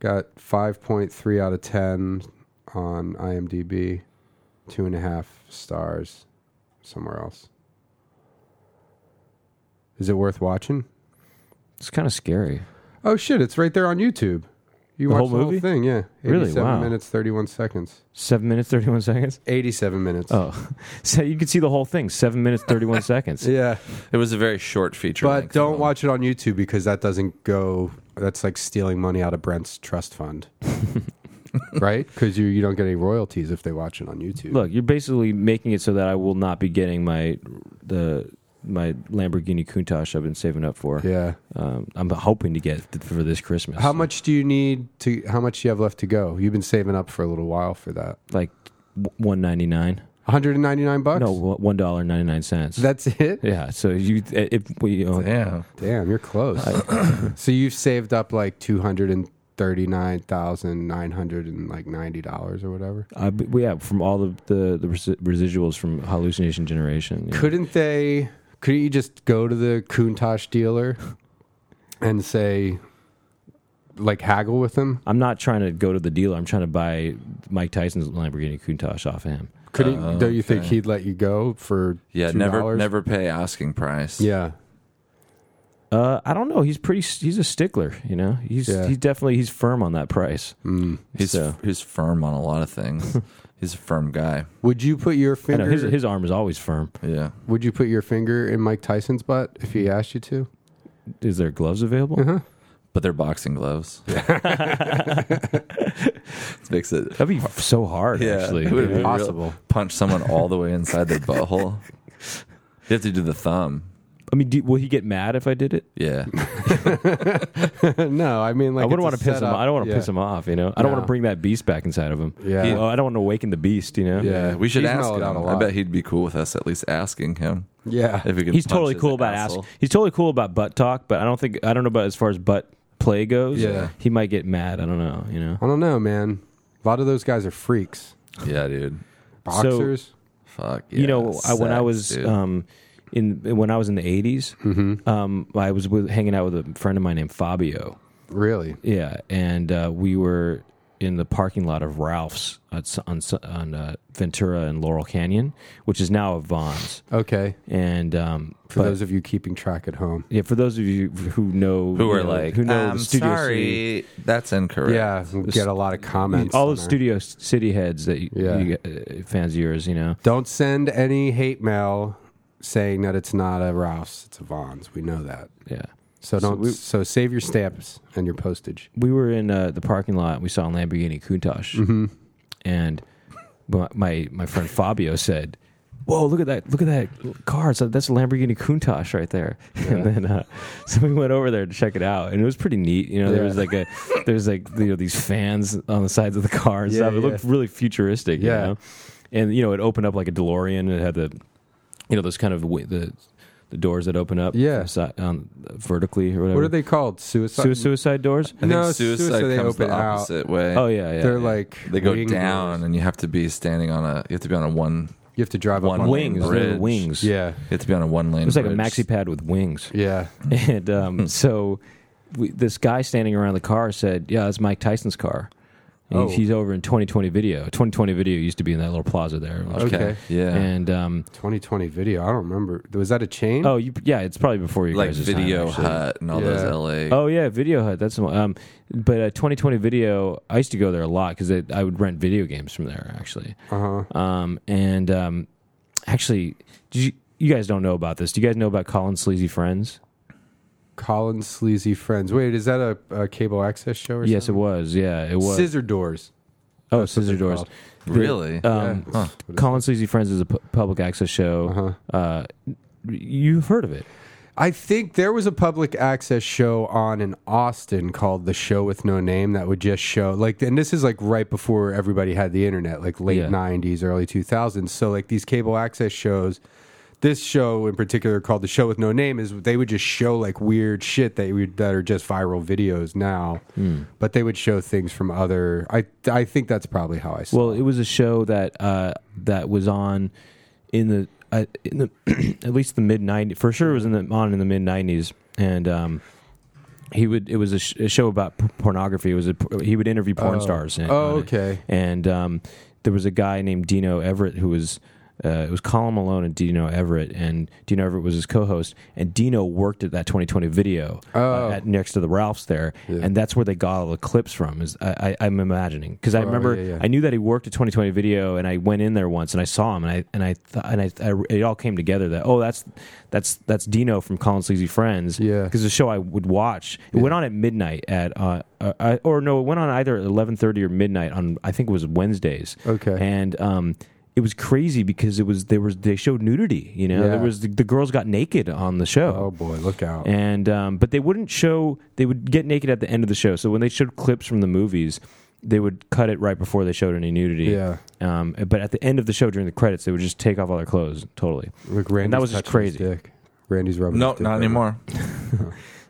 C: Got 5.3 out of 10 on IMDb, two and a half stars somewhere else. Is it worth watching?
B: It's kind of scary.
C: Oh, shit, it's right there on YouTube. You
B: The
C: watch
B: whole
C: the
B: movie?
C: whole thing, yeah.
B: Really?
C: 87
B: Wow.
C: minutes, 31 seconds.
B: Seven minutes thirty-one seconds.
C: 87 minutes.
B: Oh, so you can see the whole thing. Seven minutes thirty-one seconds.
C: Yeah.
A: It was a very short feature.
C: But
A: length
C: don't
A: film.
C: watch it on YouTube because that doesn't go. That's like stealing money out of Brent's trust fund, right? Because you you don't get any royalties if they watch it on YouTube.
B: Look, you're basically making it so that I will not be getting my the my Lamborghini Countach I've been saving up for.
C: yeah.
B: Um, I'm hoping to get th- for this Christmas.
C: How much do you need to? How much do you have left to go? You've been saving up for a little while for that.
B: Like one ninety nine.
C: One hundred and ninety nine bucks.
B: No, one dollar ninety nine cents.
C: that's it.
B: Yeah. So you, uh, if we, you know,
A: Yeah.
C: Damn, you're close. so you've saved up like two hundred and thirty nine thousand nine hundred and like ninety dollars or whatever.
B: I, but we- yeah, from all the the, the resi- residuals from hallucination generation. yeah.
C: Couldn't they? Couldn't you just go to the Kuntosh dealer and say, like, haggle with him?
B: I'm not trying to go to the dealer. I'm trying to buy Mike Tyson's Lamborghini Countach off him.
C: Couldn't?
A: Oh,
C: don't you think
A: okay.
C: he'd let you go for?
A: Yeah.
C: $2?
A: Never, never pay asking price.
C: Yeah,
B: Uh, I don't know. He's pretty. He's a stickler. You know. He's
C: Yeah.
B: he's definitely he's firm on that price.
C: Mm.
A: He's
B: So-
A: he's firm on a lot of things. he's a firm guy.
C: would you put your
B: I know
C: finger?
B: his his arm is always firm.
A: Yeah.
C: would you put your finger in Mike Tyson's butt if he asked you to?
B: Is there gloves available?
C: Uh-huh.
A: But they're boxing gloves. makes it
B: That'd be so hard.
A: yeah,
B: Actually,
A: it would be
B: you know?
A: real-
C: Impossible.
A: punch someone all the way inside their butthole. You have to do the thumb.
B: I mean, do, will he get mad if I did it?
A: Yeah.
C: no, I mean, like,
B: I wouldn't
C: it's
B: want
C: a
B: to piss him.
C: setup.
B: I don't want to
C: Yeah.
B: piss him off. You know. I don't
C: No.
B: want to bring that beast back inside of him.
C: Yeah.
B: Well, I don't want to awaken the beast. You know.
C: Yeah.
A: We should
C: He's
A: ask
C: mellowed
A: him.
C: out a
A: I
C: lot.
A: bet he'd be cool with us at least asking him
C: Yeah,
A: if we could.
B: he's
A: punch
B: totally
A: his
B: cool about
A: asshole.
B: asking. He's totally cool about butt talk, but I don't think I don't know about as far as butt play goes.
C: Yeah.
B: he might get mad. I don't know. You know,
C: I don't know, man. A lot of those guys are freaks,
A: Yeah, dude.
C: boxers.
A: Fuck.
B: you
A: yeah,
B: know, I, when I
A: sex,
B: was
A: dude.
B: um, in when I was in the 80s
C: Mm-hmm.
B: um, I was with, hanging out with a friend of mine named Fabio.
C: really?
B: Yeah, and uh, we were in the parking lot of Ralph's at, s- on s- on uh, Ventura and Laurel Canyon, which is now a Vons.
C: Okay.
B: And um,
C: For
B: but-
C: those of you keeping track at home.
B: yeah, for those of you who know
A: who
B: you
A: are
B: know,
A: like,
B: who know
A: I'm
B: the Studio City-
A: sorry, that's incorrect.
C: Yeah, we get a lot of comments.
B: all
C: on
B: the
C: our-
B: studio s- city heads that you,
C: Yeah.
B: you uh, fans of yours, you know.
C: Don't send any hate mail saying that it's not a Ralph's, it's a Vaughn's. We know that.
B: Yeah,
C: So don't. So,
B: we-
C: save your stamps and your postage.
B: we were in uh, the parking lot. and We saw a Lamborghini Countach,
A: Mm-hmm.
B: and my- my my friend Fabio said. Whoa! Look at that! Look at that car! So that's a Lamborghini Countach right there. And then, uh, so we went over there to check it out, and it was pretty neat. You know, there
C: Yeah.
B: was like a, there's like you know these fans on the sides of the car and
C: Yeah,
B: stuff. It
C: yeah.
B: looked really futuristic.
C: Yeah.
B: You know? And you know, it opened up like a DeLorean. And it had the, you know, those kind of wi- the, the doors that open up.
C: Yeah.
B: from si- um, vertically or whatever.
C: What are they called? Suicide.
B: Sui- suicide doors?
A: I think
C: No,
A: suicide,
C: suicide, they
A: comes
C: open
A: the
C: out.
A: opposite way.
B: Oh yeah, yeah.
C: They're
B: yeah.
C: like
A: They go
C: wing
A: down,
C: doors.
A: and you have to be standing on a. You have to be on a one.
C: You have to drive
A: One
C: up on
A: wing.
B: wings. They're
A: bridge.
B: wings.
C: Yeah,
A: You have to be on a one lane.
B: It was like a maxi pad with wings.
C: yeah.
A: Mm-hmm.
B: And
A: Hmm.
B: um, so we, this guy standing around the car said, "Yeah, that's Mike Tyson's car." And
C: Oh.
B: he's over in 2020 video. 2020 video used to be in that little plaza there.
A: Okay.
C: Okay.
A: Yeah.
B: And um,
C: 2020 video. I don't remember. Was that a chain?
B: oh, you, yeah, it's probably before you
A: like
B: guys'
A: Video
B: time, actually.
A: Hut and all
C: Yeah.
A: those LA.
B: Oh yeah, Video Hut. That's the one. um, but uh, 2020 Video. I used to go there a lot because I would rent video games from there actually.
C: Uh huh.
B: Um, and um, actually, did you, you guys don't know about this? Do you guys know about Colin Sleazy Friends?
C: Colin sleazy friends. Wait, is that a, a cable access show or
B: Yes, it
C: something?
B: was. Yeah, it was.
C: Scissor doors.
B: Oh,
C: That's what
B: Scissor
C: they're
B: Doors.
C: called.
B: The-
A: Really?
B: Um,
A: Huh.
B: Colin Sleazy Friends is a pu- public access show.
C: Uh-huh.
B: Uh, you've heard of it.
C: I think there was a public access show on in Austin called The Show with No Name that would just show like and this is like right before everybody had the internet, like late
B: Yeah.
C: 90s, early 2000s. So like these cable access shows this show in particular called The Show with No Name is they would just show like weird shit that would, that are just viral videos now.
B: Hmm.
C: But they would show things from other I I think that's probably how I saw
B: Well, it was a show that uh, that was on in the uh, in the at least the mid '90s. For sure, it was in the, on in the mid '90s, and um, he would. It was a, sh- a show about p- pornography. It was a, por- he would interview porn
C: Oh.
B: stars. And,
C: Oh, okay.
B: And um, there was a guy named Dino Everett who was. Uh, it was Colin Malone and Dino Everett, and Dino Everett was his co-host. And Dino worked at that 2020 video uh,
C: Oh.
B: at, next to the Ralphs there, and that's where they got all the clips from. Is I, I, I'm imagining because I
C: Oh,
B: remember
C: yeah, yeah.
B: I knew that he worked at 2020 Video, and I went in there once and I saw him, and I and I th- and I, I it all came together that oh that's that's that's Dino from Colin Sleazy Friends,
C: Yeah.
B: because the show I would watch it went on at midnight at uh, uh I, or no it went on either at 11:30 or midnight on I think it was Wednesdays,
C: Okay.
B: and um. It was crazy because it was there was they showed nudity, you know.
C: Yeah.
B: There was the, the girls got naked on the show
C: Oh boy, look out.
B: and um, but they wouldn't show they would get naked at the end of the show so when they showed clips from the movies they would cut it right before they showed any nudity
C: Yeah.
B: um, but at the end of the show during the credits they would just take off all their clothes totally
C: Look, Randy's
B: was just
C: touching his
B: crazy.
C: dick. Randy's rubbing.
A: No,
C: his dick
A: not
C: right
A: anymore.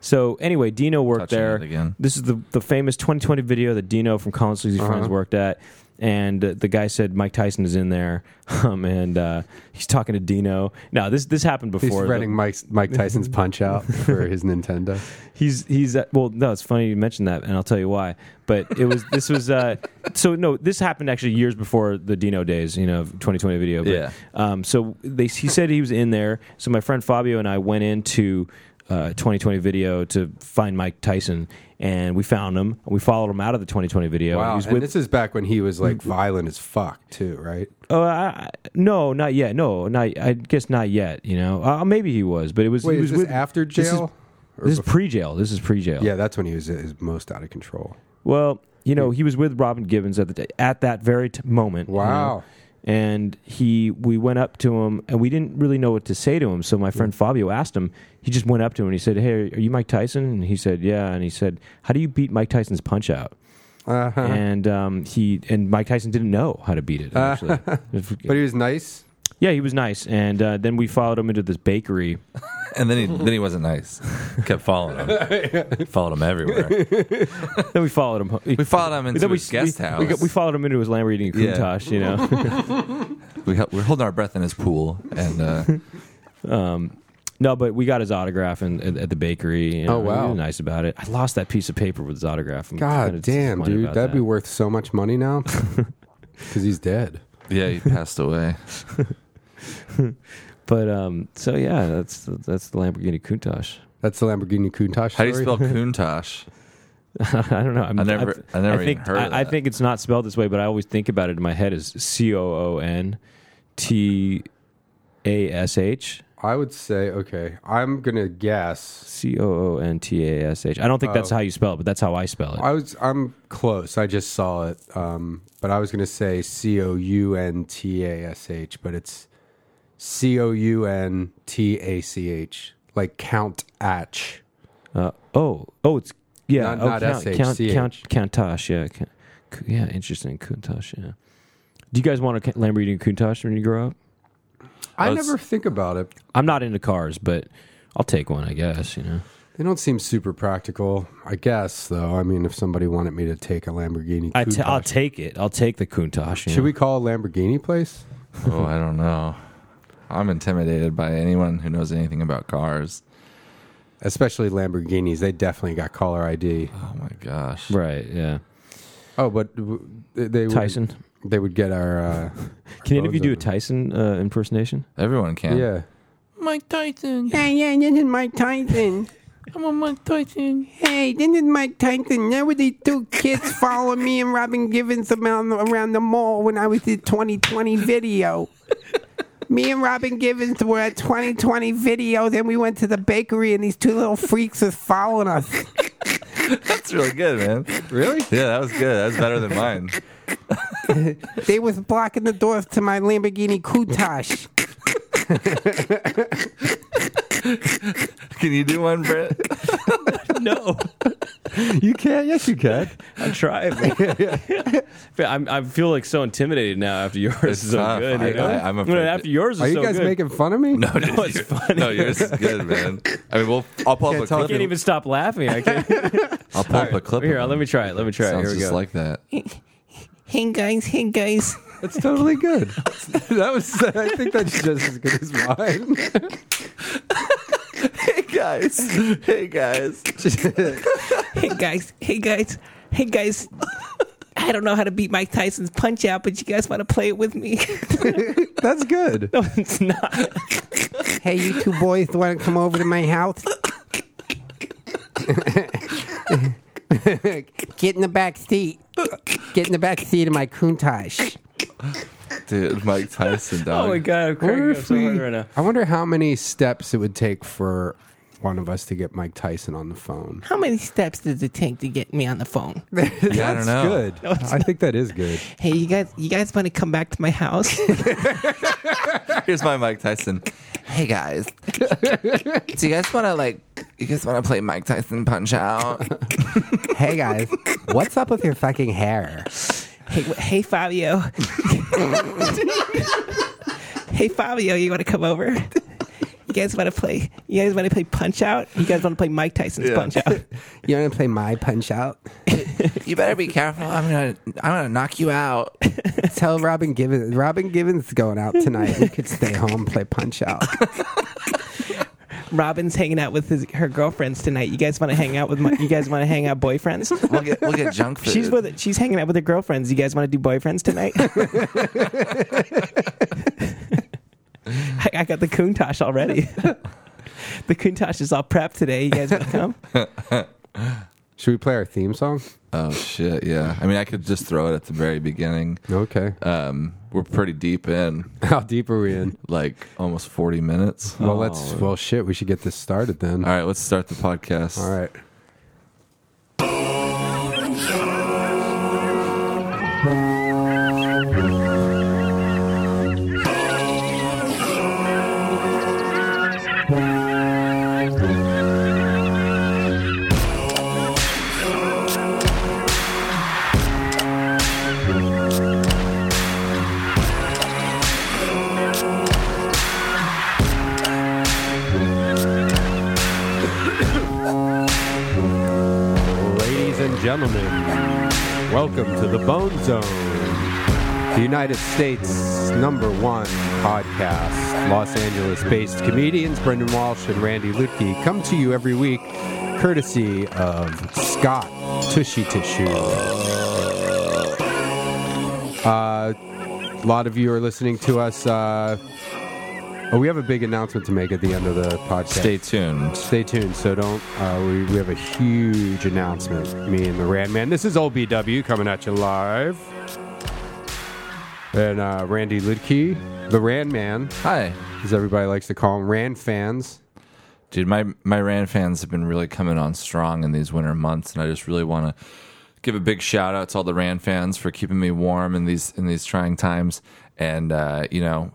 B: so anyway dino worked
A: Touching
B: there
A: it again.
B: this is the, the famous 2020 video that dino from colin sleazy friends
C: Uh-huh.
B: worked at and uh, the guy said mike tyson is in there um, and uh, he's talking to dino now this this happened
C: He's
B: before the-
C: threading Mike's, Mike Tyson's punch out for his Nintendo.
B: he's he's uh, well no it's funny you mentioned that and i'll tell you why but it was this was uh so no this happened actually years before the dino days you know of 2020 video but,
A: Yeah.
B: um so they he said he was in there so my friend fabio and i went into uh, 2020 video to find Mike Tyson, and we found him. We followed him out of the 2020 video.
C: Wow,
B: He was
C: and
B: with-
C: this is back when he was like violent as fuck too, right?
B: oh, I, I- no, not yet. No, not. I guess not yet. You know, uh, maybe he was, but it was.
C: Wait,
B: he was
C: is this
B: with,
C: after
B: this is-
C: jail? Or
B: This is
C: bef-
B: pre-jail. This is pre-jail.
C: yeah, that's when he was at his most out of control.
B: Well, you know, he was with Robin Gibbons at the at that very t- moment. you know.
C: Wow.
B: And he, we went up to him, and we didn't really know what to say to him. So my friend Fabio asked him. He just went up to him and he said, "Hey, are you Mike Tyson?" And he said, "Yeah." And he said, "How do you beat Mike Tyson's punch out?"
C: Uh-huh.
B: And um, he and Mike Tyson didn't know how to beat it.
A: Uh-huh.
B: Actually,
C: But he was nice.
B: yeah, he was nice. And uh, then we followed him into this bakery.
A: And then he then he wasn't nice. Kept following him. followed him everywhere.
B: then we followed him.
A: We followed him into
B: Then we-
A: his guest
B: we-
A: house.
B: We, got- we followed him into his land where he eating
A: Yeah.
B: Countach, you know.
A: we hel- we're holding our breath in his pool, and uh,
B: Um, No, but we got his autograph in, at, at the bakery. You know,
C: Oh, wow.
B: he was nice about it. I lost that piece of paper with his autograph. I'm kinda
C: God damn,
B: disappointed
C: dude,
B: about
C: that'd be worth so much money now because he's dead.
A: yeah, he passed away.
B: But um, so yeah, that's that's the Lamborghini Countach.
C: That's the Lamborghini Countach.
A: How do you
C: story.
A: spell Kuntosh?
B: I don't know. I'm,
A: I never- I never
B: think,
A: even heard of
B: I, I
A: that.
B: think it's not spelled this way, but I always think about it in my head as C O O N T A S H.
C: I would say okay. I'm gonna guess.
B: C O O N T A S H. I don't think that's
C: Oh.
B: how you spell it, but that's how I spell it.
C: I was I'm close. I just saw it, um, but I was gonna say C O U N T A S H, but it's C O U N T A C H, like count atch.
B: Uh, oh, oh, it's yeah.
C: Not-
B: oh,
C: not
B: count,
C: SH,
B: count,
C: CH.
B: count, Countach, yeah, Ca- Cou- yeah. Interesting, Countach, yeah. Do you guys want a Ca- Lamborghini Countach when you grow up?
C: I
A: Oh, it's-
C: never think about it.
B: I'm not into cars, but I'll take one, I guess. You know,
C: They don't seem super practical. I guess though. I mean, if somebody wanted me to take a Lamborghini,
B: I t-
C: Countach-
B: I'll take it. I'll take the Countach. you
C: should
B: know.
C: we call a Lamborghini place?
A: Oh, I don't know. I'm intimidated by anyone who knows anything about cars.
C: Especially Lamborghinis, they definitely got caller ID.
A: Oh my gosh.
B: Right, yeah.
C: Oh, but w- they would,
B: Tyson,
C: They would get our. Uh,
B: can any of you do a
C: Tyson?
B: Tyson uh, impersonation?
A: Everyone can.
C: Yeah.
D: Mike Tyson.
E: Yeah, yeah, this is Mike Tyson.
D: I'm a Mike Tyson.
E: Hey, this is Mike Tyson. There were these two kids following me and Robin Givens around the, around the mall when I was at 2020 video. Me and Robin Givens were at 2020 video. Then we went to the bakery and these two little freaks was following us.
A: That's really good, man.
C: Really?
A: Yeah, that was good. That was better than mine.
E: they was blocking the doors to my Lamborghini Coutage.
A: Can you do one, Brett?
B: no,
C: You can. Yes, you can.
B: I tried. but I'm, I feel like so intimidated now after yours
A: It's
B: is so
A: tough.
B: good.
A: I-
B: you know?
A: I- I'm
B: When
A: afraid-
B: after yours is
C: Are you
B: so
C: guys
B: good.
C: making fun of me?
A: No, dude,
B: it's
A: you're-
B: funny.
A: No, yours is good, man. I mean, we'll. I'll pull up a
C: tell
A: clip.
B: I can't
A: of-
B: even stop laughing. I can't.
A: I'll pull up a clip.
B: Here,
A: of
B: let
A: it.
B: me try it. Let me try it.
A: Sounds
B: Here we
A: just
B: go.
A: like that.
D: Hey guys, hey guys.
C: It's totally good. that was. I think that's just as good as mine.
A: Hey guys, hey guys.
D: Hey guys, hey guys, hey guys. I don't know how to beat Mike Tyson's punch out, but you guys want to play it with me?
C: that's good.
B: no, it's not.
E: Hey, you two boys want to come over to my house? Get in the back seat. Get in the back seat of my Coutage.
A: Dude, Mike Tyson,
B: Oh
A: dog.
B: my god, I'm
C: I
B: cracking
C: wonder
B: up
C: if
B: so hard
C: we-
B: right now.
C: I wonder how many steps it would take for one of us to get Mike Tyson on the phone.
D: how many steps does it take to get me on the phone?
C: that's
A: I don't know.
C: good. I think that is good.
D: Hey, you guys, you guys want to come back to my house?
A: Here's my Mike Tyson.
F: Hey guys, do you guys want to like? You guys want to play Mike Tyson Punch Out?
E: Hey guys, what's up with your fucking hair?
D: hey, wh- hey Fabio. hey Fabio, you want to come over? You guys want to play? You guys want to play Punch Out? You guys want to play Mike Tyson's
A: Yeah.
D: Punch Out?
E: You want to play my punch out?
F: You better be careful. I'm gonna, I'm gonna knock you out.
E: Tell Robin Givens. Robin Givens going out tonight. We could stay home play punch out.
D: Robin's hanging out with his, her girlfriends tonight. You guys want to hang out with my, you guys want to hang out boyfriends?
F: We'll get, we'll get junk food.
D: She's with she's hanging out with her girlfriends. You guys want to do boyfriends tonight? I, I got the Kuntosh already. the Kuntosh is all prepped today. You guys want to come?
C: Should we play our theme song?
A: Oh shit, yeah. I mean, I could just throw it at the very beginning.
C: Okay.
A: Um, we're pretty deep in,
C: How deep are we in? Oh.
A: like almost 40 minutes.
C: Well, let's. Well, shit. We should get this started then.
A: All right, let's start the podcast.
C: All right. Ladies and gentlemen, welcome to the Bone Zone, the United States' number one podcast. Los Angeles based comedians Brendan Walsh and Randy Lutke come to you every week courtesy of Scott Tushy Tissue. A Uh, lot of you are listening to us. Uh, oh, we have a big announcement to make at the end of the podcast
A: Stay tuned.
C: stay tuned. So don't. Uh, we, we have a huge announcement. Me and the Rand Man. This is OBW coming at you live. And uh, Randy Lidke, the Rand Man,
A: Hi.
C: as everybody likes to call him, Rand fans.
A: Dude, my my Rand fans have been really coming on strong in these winter months, and I just really want to give a big shout out to all the Rand fans for keeping me warm in these in these trying times. And uh, you know,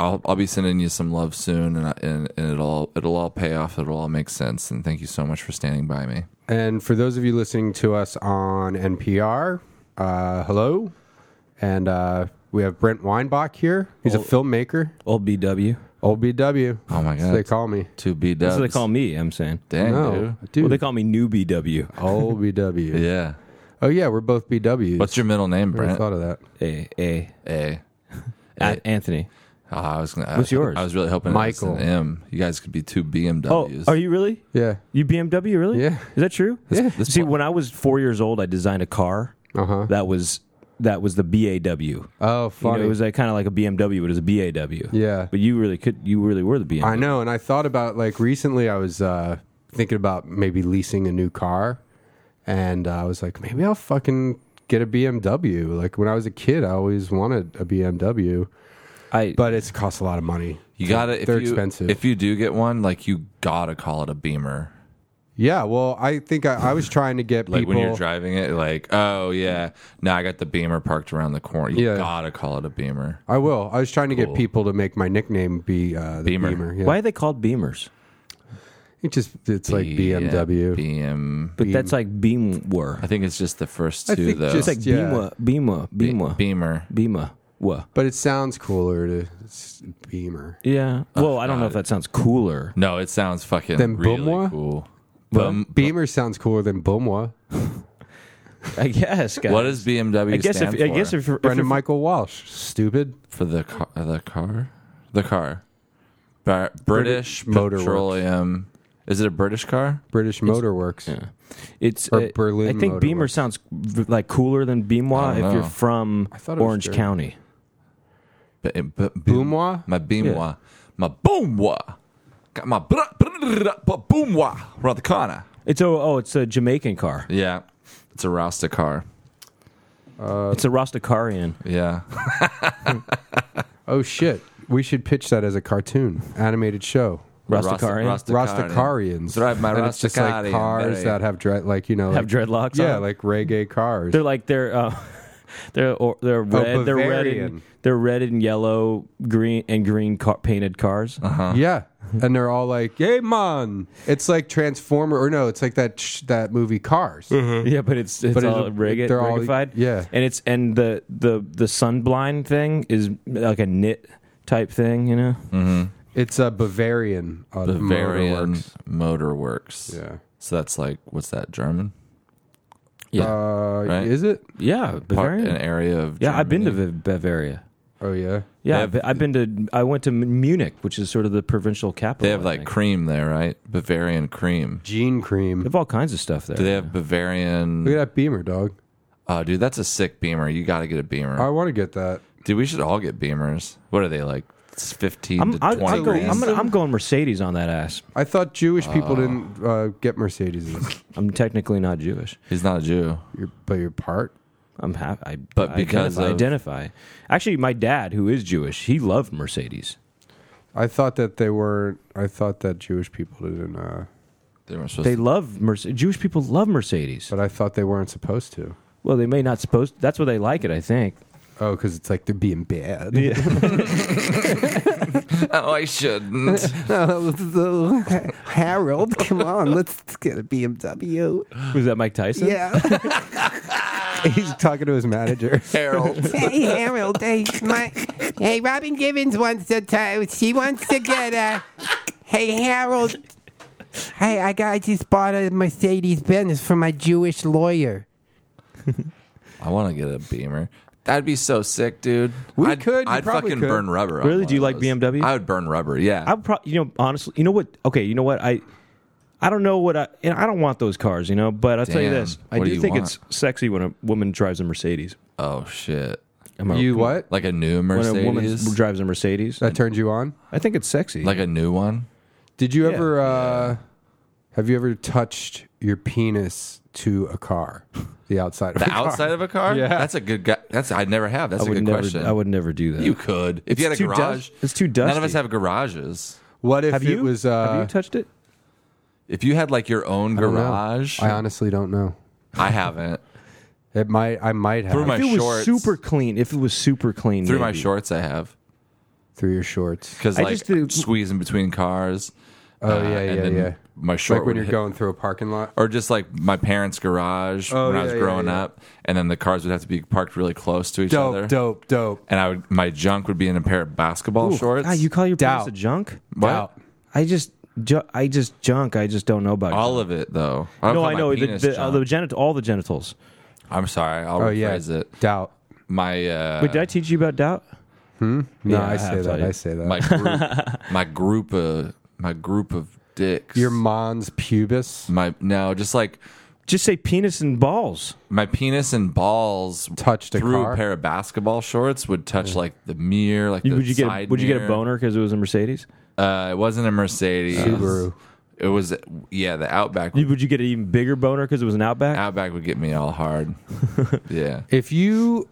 A: I'll I'll be sending you some love soon, and I- and, and it'll all, it'll all pay off. It'll all make sense. And thank you so much for standing by me.
C: And for those of you listening to us on NPR, uh, hello. And uh, we have Brent Weinbach here. He's a filmmaker.
B: Old BW.
C: OBW.
A: Oh my
C: That's
A: God.
C: what they call me.
A: To be
B: That's
A: done.
B: what they call me. I'm saying.
A: Dang,
C: no,
B: Well,
C: dude.
B: they call me new BW.
C: OBW.
A: dude. Yeah.
C: Oh yeah, we're both BWs.
A: What's your middle name,
C: I never
A: Brent?
C: thought of that.
B: A A.
A: A.
B: A- Anthony.
A: Oh, I was gonna.
B: What's
A: I,
B: yours?
A: I was really hoping it was
C: Michael.
A: an M. You guys could be two
B: Oh,
A: BMWs.
B: are you really?
C: Yeah.
B: You BMW really?
C: Yeah.
B: Is that true?
C: Yeah.
B: See, when I was four years old, I designed a car
C: Uh huh.
B: that was that was the BAW.
C: Oh,
B: You know,
C: funny.
B: it was like kind of like a BMW, but it was a BAW.
C: Yeah.
B: But you really could. You really were the BMW.
C: I know, and I thought about like recently. I was uh, thinking about maybe leasing a new car, and uh, I was like, maybe I'll fucking get a BMW. Like when I was a kid, I always wanted a BMW,
B: I.
C: but it's cost a lot of money.
A: You gotta if
C: They're
A: you,
C: expensive.
A: If you do get one, like you gotta call it a Beamer.
C: Yeah, well, I think I, I was trying to get
A: Like
C: people.
A: when you're driving it, like, oh yeah, now I got the Beamer parked around the corner. You
C: Yeah.
A: gotta call it a Beamer.
C: I will. I was trying to
A: Cool.
C: get people to make my nickname be uh, the
A: Beamer.
C: Beamer. yeah.
B: Why are they called beamers?
C: It just it's like
A: B- yeah,
C: BMW.
A: BM.
B: But
C: Beam.
B: that's like beamwer.
A: I think it's just the first
C: I
A: two
C: think
A: though.
B: It's
C: just-
B: like
C: yeah.
B: beamer, beamer,
A: Be-
B: beamer,
A: Beamer.
B: beamer. What?
C: But it sounds cooler to s- Beamer.
B: Yeah. Well, I don't know if that sounds cooler.
A: No, it sounds fucking
C: Then
A: really
C: Bumwa?
A: cool.
C: Well, Beamer sounds cooler than Bumwa.
B: I guess. Guys.
A: What does BMW
B: I guess if
A: stand
B: I
A: for?
B: guess if, you're- if
C: Brendan
B: you're-
C: Michael Walsh, stupid.
A: for the car, the car, the car, Bar- British,
C: British Motor Works.
A: Petroleum. Is it a British car?
C: British Motor Works.
B: yeah. it's
C: Or
B: uh,
C: Berlin
B: I think
C: Motor
B: beamer
C: Works.
B: sounds v- like cooler than beamwa
A: I
B: if
A: don't
B: you're
A: know.
B: from
C: thought it was
B: Orange
C: German.
B: County.
A: B- b-
C: Boomwa?
A: eh, My Beamwa. My Boomwa. Got my br- br- br- br- Boomwa around the corner.
B: It's oh oh it's a Jamaican car.
A: Yeah. It's a Rasta car.
B: it's a Rastafarian.
A: Yeah.
C: Oh shit. We should pitch that as a cartoon, animated show.
B: Rastafarian.
A: Rasta-
C: Rastafarians.
A: Drive my
C: And it's just like
A: Rastafarian,
C: cars
A: baby.
C: that have dread, like you know,
B: Have
C: like-
B: dreadlocks on
C: Yeah,
B: them?
C: like reggae cars.
B: They're like they're uh, they're or, they're red they're red and
C: Bavarian.
B: they're red and yellow green and green car, painted cars.
C: Yeah, and they're all like, "Yay, man!" It's like Transformer, or no, it's like that sh- that movie Cars.
B: Yeah, but it's Mm-hmm. it's
C: But it's-
B: all reggae,
C: they're all-
B: reggified.
C: yeah.
B: and it's and the the the sunblind thing is like a knit type thing, you know.
C: It's a Bavarian. Uh,
A: Bavarian
C: Motorworks.
A: Motor Works.
C: Yeah.
A: So that's like, what's that, German?
B: Yeah,
C: Uh,
A: Right?
C: Is it?
B: yeah,
A: Part,
B: Bavarian.
A: an area of
B: yeah, I've been to
A: Germany.
B: Bav- Bavaria.
C: Oh yeah.
A: They
B: Yeah,
A: have-
B: I've, I've been to. I went to M- Munich, which is sort of the provincial capital.
A: They have
B: I
A: like
B: think.
A: cream there, right? Bavarian cream.
C: Gene
B: They
C: cream.
B: have all kinds of stuff there.
A: Do they have Bavarian?
C: Look at that Beamer, dog.
A: Oh, dude, that's a sick Beamer. You got to get a Beamer.
C: I want to get that.
A: dude, we should all get Beamers. What are they like? It's fifteen
B: I'm,
A: to
B: I,
A: twenty.
B: I go,
A: grand?
B: I'm, gonna- I'm going Mercedes on that ass.
C: I thought Jewish people didn't uh, get Mercedes,
B: I'm technically not Jewish.
A: He's not a Jew.
C: but your part.
B: I'm happy. I,
A: But
B: I
A: because
B: identify,
A: of-
B: identify. Actually, my dad, who is Jewish, he loved Mercedes.
C: I thought that they were. I thought that Jewish people didn't. Uh,
A: They were supposed.
B: They
A: to,
B: love Mercedes. Jewish people love Mercedes.
C: but I thought they weren't supposed to.
B: Well, they may not supposed. That's what they like it. I think.
C: Oh, because it's like they're being bad.
A: oh, I shouldn't.
E: Harold, come on, let's get a BMW.
B: Was that Mike Tyson?
E: Yeah.
C: He's talking to his manager.
A: Harold.
E: hey, Harold. Hey, my, hey, Robin Givens wants to. T- she wants to get a. Hey, Harold. Hey, I got. I just bought a Mercedes Benz for my Jewish lawyer.
A: I want to get a Beamer. That'd be so sick, dude.
C: We
A: I'd,
C: could, you
A: I'd
C: probably
A: fucking
C: could.
A: burn rubber. on
B: Really?
A: one
B: Do you
A: of
B: like
A: those.
B: BMW?
A: I would burn rubber. Yeah.
B: I would probably, you know, honestly, you know what? Okay, you know what? I, I don't know what I, and I don't want those cars, you know. But I'll tell you
A: Damn.
B: this: I
A: What
B: do,
A: do you
B: think
A: want?
B: it's sexy when a woman drives a Mercedes.
A: oh shit.
B: Am I-
C: you
B: come on.
C: what?
A: Like a new
B: When a
A: Mercedes.
B: woman drives a Mercedes,
C: That turned you on?
B: I think it's sexy.
A: like a new one.
C: Did you
B: Yeah.
C: ever uh have you ever touched your penis to a car? The outside of
A: The
C: a car?
A: outside of a car.
C: Yeah.
A: That's a good. Guy. That's I never have. That's
B: I
A: a
B: would
A: good
B: never,
A: question.
B: I would never do that.
A: You could if you had a
B: It's too
A: garage.
B: dust- it's too
A: None of
B: dusty.
A: us have garages.
C: What if
B: have
C: it
B: you?
C: was
B: have
C: uh
B: you touched it?
A: If you had like your own
C: I don't know.
A: garage,
C: I honestly don't know.
A: I haven't.
C: It might I might have
A: Through my
B: If it was
A: shorts.
B: super clean, if it was super clean,
A: Through my
B: maybe.
A: shorts, I have
C: through your shorts.
A: because
B: I
A: like
B: just do-
A: squeezing between cars. uh,
C: Oh yeah,
A: and
C: yeah,
A: then
C: yeah.
A: My short
C: Like when
A: would
C: you're
A: hit-
C: going through a parking lot.
A: or just like my parents' garage
C: Oh,
A: when I was
C: yeah, yeah,
A: growing
C: yeah.
A: up, and then the cars would have to be parked really close to each other.
C: Dope, dope, dope.
A: And I would my junk would be in a pair of basketball shorts.
B: God, you call your pants
C: Doubt.
B: a junk?
A: What?
C: Doubt.
B: I just, ju- I just junk. I just don't know about
A: All
B: junk.
A: of it though. I don't
B: No,
A: call
B: I
A: my
B: know the,
A: penis
B: the, uh, the
A: junk.
B: genit- all the genitals.
A: I'm sorry. I'll
C: Oh yeah.
A: rephrase it.
C: Doubt.
A: My uh,
B: Wait, did I teach you about doubt?
C: No,
B: Yeah, I
C: I say
B: have
C: that.
B: to.
C: I say that.
A: my group, my group of my group of dicks.
C: your mons pubis
A: my no, just like
B: Just say penis and balls.
A: my penis and balls
C: Touched a
A: through a
C: car?
A: pair of basketball shorts would touch like the mirror, like
B: You-
A: the
B: would you get a,
A: side
B: would you get a
A: mirror.
B: boner because it was a Mercedes?
A: Uh, it wasn't a Mercedes.
C: Subaru.
A: It was yeah. The Outback
B: You- would you get an even bigger boner because it was an Outback?
A: Outback would get me all hard. yeah.
C: If you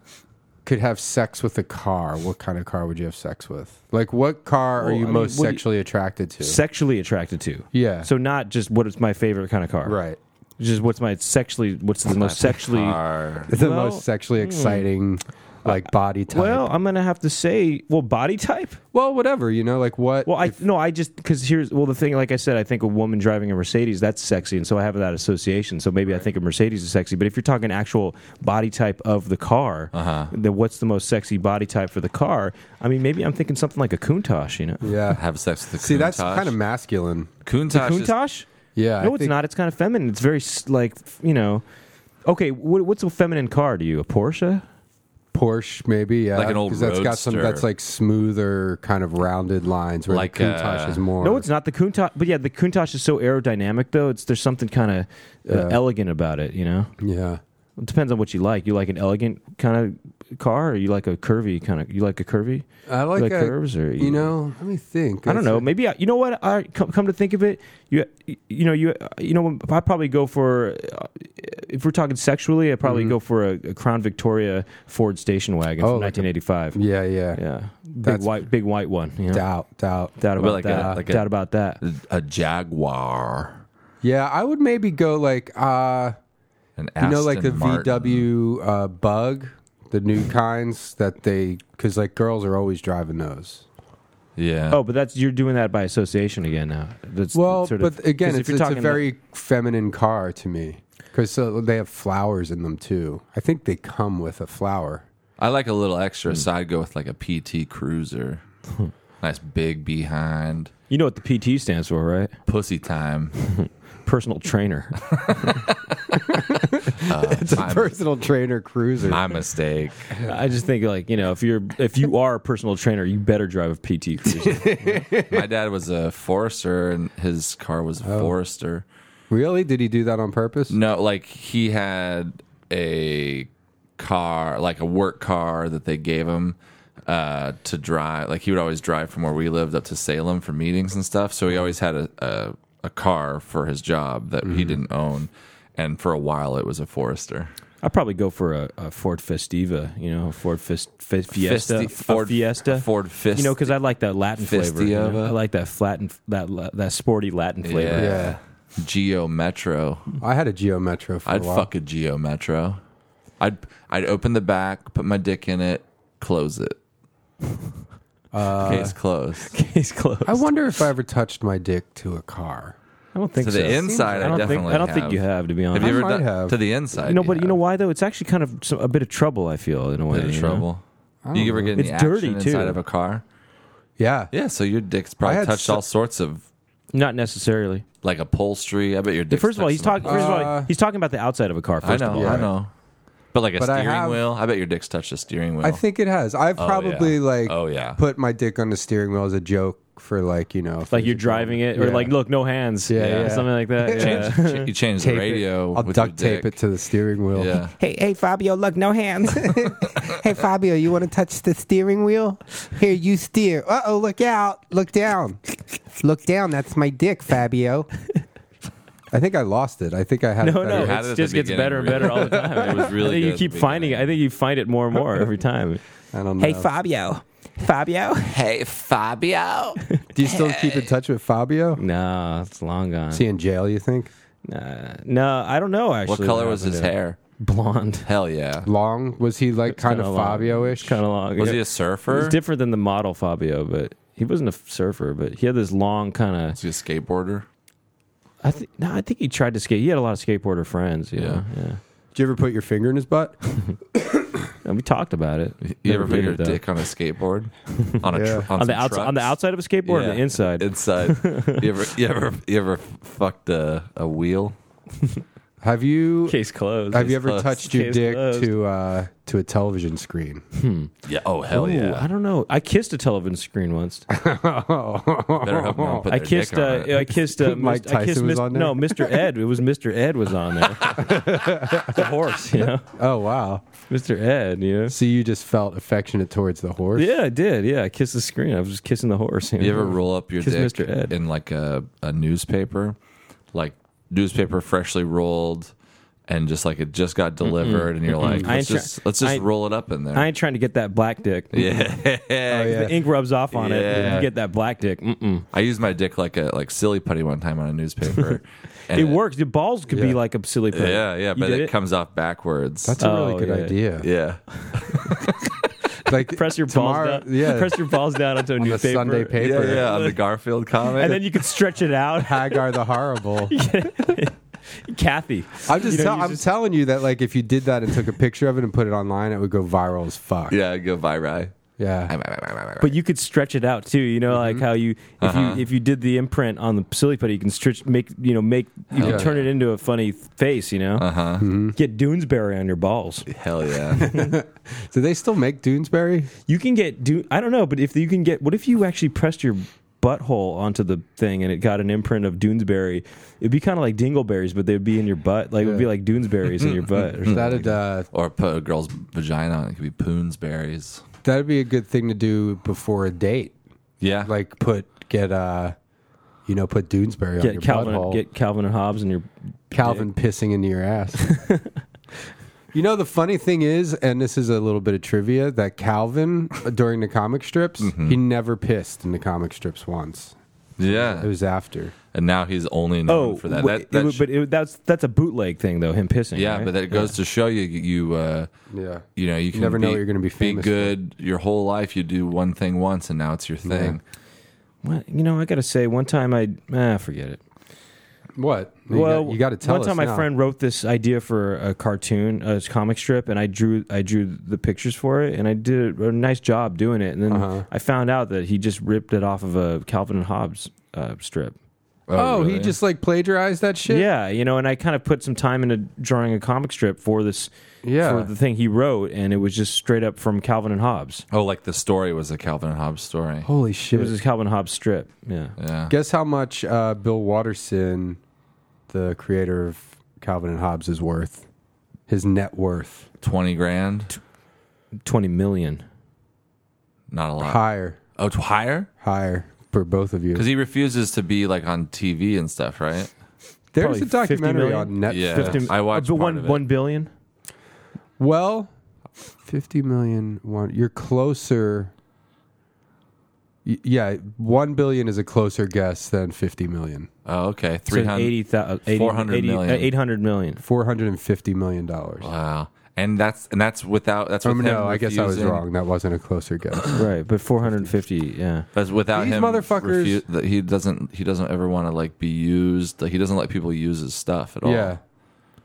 C: could have sex with a car, what kind of car would you have sex with? Like, what car are
B: Well,
C: you
B: I mean,
C: most
B: what do you-
C: sexually attracted to?
B: Sexually attracted to.
C: Yeah.
B: So not just what is my favorite kind of car.
C: right.
B: Just what's my sexually what's the most sexually
A: Car.
B: Well,
C: The
B: hmm.
C: most sexually exciting, like body type.
B: Well, I'm gonna have to say, well, body type.
C: well, whatever you know, like what?
B: Well, I no, I just because here's well the thing. Like I said, I think a woman driving a Mercedes that's sexy, and so I have that association. So maybe I think a Mercedes is sexy. But if you're talking actual body type of the car,
C: Uh-huh.
B: uh then what's the most sexy body type for the car? I mean, maybe I'm thinking something like a Countach. You know,
C: yeah.
A: Have sex with the
C: See, that's
A: Countach.
C: kind of masculine.
A: Countach. is-
B: Countach?
C: Yeah.
B: no,
C: I
B: it's
C: think-
B: not. It's kind of feminine. It's very s- like f- you know. Okay, what, what's a feminine car to you? A Porsche?
C: Porsche, maybe. Yeah,
A: Like an old
C: 'cause that's got some
A: roadster.
C: that's like smoother, kind of rounded lines. Where
A: Like,
C: the Countach
A: uh,
C: is more.
B: No, it's not the Countach. But yeah, the Countach is so aerodynamic though. It's there's something kind of uh,
C: Yeah.
B: elegant about it. You know.
C: Yeah,
B: It depends on what you like. You like an elegant kind of car, or you like a curvy kind of? You like a curvy?
C: I like,
B: like
C: a-
B: curves or
C: you know. Let me think.
B: I don't know. Maybe I, you know what? I come, come to think of it, you you know you you know I probably go for uh, if we're talking sexually, I probably go for a, a Crown Victoria Ford station wagon
C: Mm-hmm. Oh,
B: from
C: like a-
B: 1985.
C: Yeah, yeah.
B: yeah, big
C: That's-
B: white big white one. You know?
C: Doubt, doubt.
B: Doubt about
A: like a-
B: that.
A: like a-
B: doubt about that.
A: a Jaguar.
C: Yeah, I would maybe go like uh
A: An
C: you
A: Aston
C: know like the
A: Martin.
C: VW uh, Bug, the new kinds that they cuz like girls are always driving those.
A: Yeah.
B: Oh, but that's you're doing that by association again now. That's
C: Well,
B: sort of-
C: but again,
B: 'cause
C: it's, it's a
B: about-
C: very feminine car to me cuz so they have flowers in them too. I think they come with a flower.
A: I like a little extra,
B: Hmm.
A: so I'd go with like a PT Cruiser. nice big behind.
B: you know what the PT stands for, right?
A: Pussy time.
B: Personal trainer.
C: It's a
A: I'm-
C: personal trainer cruiser.
A: My mistake.
B: I just think like you know if you're if you are a personal trainer, you better drive a PT Cruiser.
A: My dad was a forester, and his car was
B: Oh.
A: a forester.
C: really? Did he do that on purpose?
A: No, like he had a car, like a work car that they gave him uh, to drive. Like he would always drive from where we lived up to Salem for meetings and stuff. So he always had a a, a car for his job that
B: Mm-hmm.
A: he didn't own, and for a while it was a Forester.
B: I'd probably go for a, a Ford Festiva, you know, a Ford Fis- Fi- Fiesta,
A: Fisti-
B: a
A: Ford-
B: Fiesta,
A: Ford Fist.
B: You know, because I like that Latin flavor. you know?
A: Festiva.
B: I like that flat and that la- that sporty Latin flavor.
A: Yeah.
C: Yeah.
A: Geo Metro.
C: I had a Geo Metro for
A: I'd
C: a while.
A: fuck a Geo Metro. I'd I'd open the back, put my dick in it, close it. Case closed.
B: Case closed.
C: I wonder if I ever touched my dick to a car.
B: I don't think
A: To
B: so.
A: the inside, I,
B: I don't think
A: definitely.
B: I don't think
A: have.
B: you have to be honest.
A: Have you ever
C: might
A: done
C: have.
A: to the inside?
B: You know, but you know why though? It's actually kind of some, a bit of trouble. I feel in a way.
A: Bit of
B: you know?
A: trouble. You ever get any
B: It's
A: action
B: dirty, too.
A: inside of a car?
C: Yeah.
A: Yeah, so your dick's
C: I
A: probably
C: had
A: touched
C: so-
A: all sorts of
B: Not necessarily.
A: like upholstery. I bet your dick.
B: First of all, he's talking. First of all,
C: Uh,
B: he's talking about the outside of a car.
A: I
B: First
A: know,
B: of all,
A: I know. But like a
C: But I
A: steering
C: have-
A: wheel, I bet your dick's touched a steering wheel.
C: I think it has. I've
A: Oh,
C: probably
A: yeah.
C: like
A: Oh, yeah.
C: put my dick on the steering wheel as a joke for like you know if
B: like
C: there's
B: you're
C: a-
B: driving it, or
C: Yeah.
B: like look, no hands,
C: Yeah,
B: or
C: yeah.
B: something like that.
A: Change-
B: yeah.
A: ch- you change the
C: Tape it.
A: radio.
C: I'll
A: with
C: duct
A: your
C: tape
A: dick.
C: it to the steering wheel.
A: Yeah,
D: Hey, hey, Fabio, look, no hands.
E: Hey, Fabio, you want to touch the steering wheel? Here, you steer. Uh oh, look out. Look down. Look down. That's my dick, Fabio.
C: I think I lost it. I think I had
B: No,
C: it
B: no,
C: better.
A: had it
B: it
A: at
B: just
A: the
B: gets better and
A: beginning,
B: better all the time.
A: It was really
B: I think
A: good
B: you
A: at
B: keep
A: the
B: finding it. I think you find it more and more every time.
C: I don't know.
D: hey, Fabio. Fabio.
A: hey Fabio.
C: Do you still keep in touch with Fabio?
B: No, it's long gone.
C: Is he in jail? You think?
B: Nah, no, I don't know.
A: what
B: Actually,
A: color was his
B: happened
A: hair?
B: to it. Blonde.
A: Hell yeah.
C: Long was he like kind of Fabio-ish?
B: Kind of long.
A: Was
B: Yeah.
A: he a
B: It was
A: surfer?
B: different than the model Fabio, but he wasn't a surfer. But he had this long kind
A: Was
B: of.
A: he a skateboarder?
B: I think no, I think he tried to skate. He had a lot of skateboarder friends. You yeah, know? yeah.
C: Did you ever put your finger in his butt?
B: And we talked about it.
A: You ever
B: Never did
A: put your
B: it, though.
A: dick on a skateboard? On a
C: Yeah.
A: tr- on,
B: on
A: some
B: the outside? On the
A: trucks?
B: outside of a skateboard, or
A: Yeah.
B: the inside.
A: Inside. you ever you ever you ever fucked a, a wheel?
C: Have you?
B: Case closed.
C: Have you ever
A: closed.
C: touched your
B: Case
C: dick
B: closed.
C: to uh, to a television screen?
A: Yeah. Oh hell
B: Ooh, I
A: yeah.
B: don't know. I kissed a television screen once.
A: Better hope no one put their
B: I kissed.
A: dick on
B: Uh,
A: it.
B: I kissed. Uh,
C: Mike
B: Mr. I kissed
C: Tyson was
B: Mr.
C: on there?
B: No, Mr. Ed. It was Mr. Ed was on there. the horse, you know,
C: Oh wow!
B: Mr. Ed. You know.
C: So you just felt affectionate towards the horse?
B: Yeah, I did. Yeah, I kissed the screen. I was just kissing the horse. You,
A: You
B: know?
A: ever roll up your
B: Kiss
A: dick
B: Mr. Ed.
A: in like a, a newspaper, like newspaper freshly rolled, and just like it just got delivered, and you're like,
B: I
A: let's
B: ain't try-
A: just let's just
B: I ain't-
A: roll it up in there.
B: I ain't Oh, trying to get that black dick.
A: yeah,
C: Oh,
B: The ink rubs off on it.
A: Yeah.
B: and You get that black dick. Mm-mm.
A: I used my dick like a like silly putty one time on a newspaper. and
B: It works. Your balls could be like a silly. Pudding.
A: Yeah, yeah,
B: You
A: but
B: did
A: it, comes off backwards.
C: That's a
B: Oh,
C: really good
B: yeah.
C: idea.
A: yeah,
C: Like
B: press your
C: tomorrow,
B: balls down.
C: Yeah,
B: press your balls down onto a
C: on the
B: newspaper.
C: Sunday
A: yeah,
C: paper.
A: yeah. On the Garfield comic.
B: and then you could stretch it out.
C: Hagar the Horrible.
B: Kathy,
C: I'm just,
B: You know,
C: tell,
B: you
C: I'm
B: just-
C: telling you that like if you did that and took a picture of it and put it online, it would go viral as fuck.
A: yeah, go viral.
C: yeah.
B: but you could stretch it out too. You know,
A: Mm-hmm.
B: like how you if
A: Uh-huh.
B: you if you did the imprint on the silly putty, you can stretch, make you know, make you
A: yeah.
B: can turn it into a funny th- face. You know, uh-huh. get Doonesbury on your balls.
A: Hell yeah.
C: Do they still make Doonesbury?
B: You can get do I don't know, but if you can get what if you actually pressed your butthole onto the thing and it got an imprint of Doonesbury? It'd be kind of like Dingleberries, but they'd be in your butt. Like it'd be like Doonesberries in your butt. Or something.
C: That'd uh,
A: or put a girl's vagina on it. It could be Poonsberries.
C: that'd be a good thing to do before a date.
A: Yeah.
C: Like put get uh, you know, put Doonesbury on
B: Get
C: your
B: Calvin,
C: butthole.
B: get Calvin and Hobbes in your
C: Calvin pissing into your ass. you know the funny thing is, and this is a little bit of trivia, that Calvin uh, during the comic strips,
B: Mm-hmm.
C: he never pissed in the comic strips once.
A: yeah.
C: It was Oh, after.
A: and now he's only known for that.
B: Oh, wait,
A: that, that
B: it would-
A: sh-
B: but it, that's that's a bootleg thing though. Him pissing.
A: yeah,
B: right?
A: but that goes to show you you uh,
C: Yeah.
A: you know you can
C: never know
A: be-
C: what you're gonna be famous for.
A: good your whole life. You do one thing once, and now it's your thing.
B: Well, you know, I gotta say, one time I ah, forget it.
C: What? You
B: well,
C: got, you got to tell
B: One time,
C: us
B: my
C: now.
B: friend wrote this idea for a cartoon, a comic strip, and I drew I drew the pictures for it, and I did a nice job doing it. And then
C: Uh-huh.
B: I found out that he just ripped it off of a Calvin and Hobbes uh, strip.
C: Oh, he
A: really?
C: just like plagiarized that shit.
B: Yeah, you know, and I kind of put some time into drawing a comic strip for this,
C: Yeah.
B: for the thing he wrote, and it was just straight up from Calvin and Hobbes.
A: Oh, like the story was a Calvin and Hobbes story.
C: Holy
B: It
C: shit!
B: was this Calvin and Hobbes strip. Yeah.
A: Yeah.
C: Guess how much uh, Bill Watterson, the creator of Calvin and Hobbes, is worth? His net worth
A: Twenty grand.
B: 20 million.
A: Not a lot.
C: higher,
A: Oh, t- higher.
C: higher for both of you.
A: Because he refuses to be like on TV and stuff, right?
C: There's
B: probably
C: a
B: 50
C: documentary
B: million?
C: on Netflix.
A: Yeah,
B: 50
A: I watched
B: uh, but
A: part
B: one,
A: of it.
B: 1 billion.
C: Well, fifty million one. You're closer. Y- Yeah, one billion is a closer guess than fifty million.
A: Oh, okay.
B: So
A: Three hundred.
B: 80,000 80,
A: 400
B: 80,
A: million.
B: uh, 800 million.
C: Four hundred and fifty million dollars.
A: Wow. And that's and that's without that's
C: Oh,
A: with him
C: no, I guess I was
A: refusing-
C: wrong. That wasn't a closer guess.
B: Right, but 450, yeah.
A: That's without
C: These
A: him.
C: motherfuckers-
A: refu- that he doesn't. He doesn't ever want to like be used. Like he doesn't let people use his stuff at all.
C: yeah.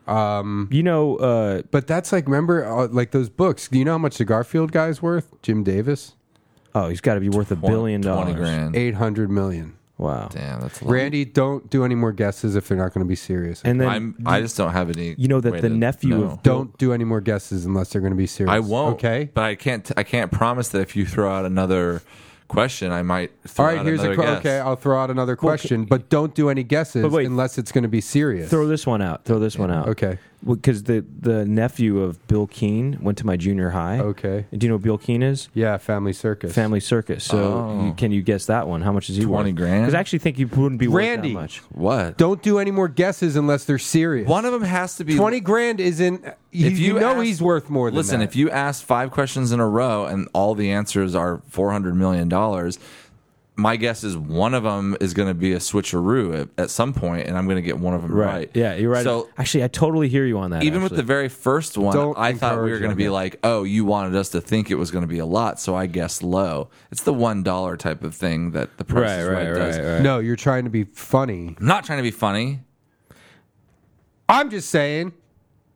C: Um,
B: You know, uh,
C: But that's like, remember, uh, like those books. Do you know how much the Garfield guy's worth? Jim Davis,
B: oh, he's got to be worth a
A: Twenty-
B: billion dollars.
A: Twenty grand.
C: eight hundred million.
B: Wow.
A: Damn, that's a lot.
C: Randy, don't do any more guesses if they're not going to be serious.
B: And then
A: I'm. I just don't have any.
B: You know that
A: way
B: the
A: to
B: nephew
A: know.
B: of-
C: don't do any more guesses unless they're going to be serious.
A: I won't.
C: Okay.
A: But I can't. I can't promise that if you throw out another question, I might. Throw
C: All right.
A: out
C: Here's a
A: another
C: qu-
A: guess.
C: okay. I'll throw out another question, but don't do any guesses
B: But wait.
C: unless it's going to be serious.
B: throw this one out. Throw this one out.
C: okay.
B: Because the, the nephew of Bill Keane went to my junior high.
C: Okay.
B: Do you know who Bill Keane is?
C: Yeah. Family circus.
B: Family Circus. So
A: Oh.
B: you, can you guess that one? How much is he
A: 20
B: worth?
A: grand?
B: Because I actually think he wouldn't be worth
C: Randy.
B: that much.
A: What?
C: Don't do any more guesses unless they're serious.
A: One of them has to be
C: twenty grand isn't. You,
A: If you
C: you know
A: ask-
C: he's worth more than
A: Listen,
C: that.
A: if you ask five questions in a row and all the answers are four hundred million dollars, my guess is one of them is going to be a switcheroo at, at some point, and I'm going to get one of them right.
B: Yeah, you're right.
A: So
B: actually, I totally hear you on that.
A: even with
B: actually.
A: the very first one,
C: Don't
A: I thought we
C: encourage
A: were going to
C: on
A: be
C: that.
A: like, "Oh, you wanted us to think it was going to be a lot, so I guessed low." It's the one dollar type of thing that the price is right, does.
C: no, you're trying to be funny.
A: I'm not trying to be funny.
C: I'm just saying,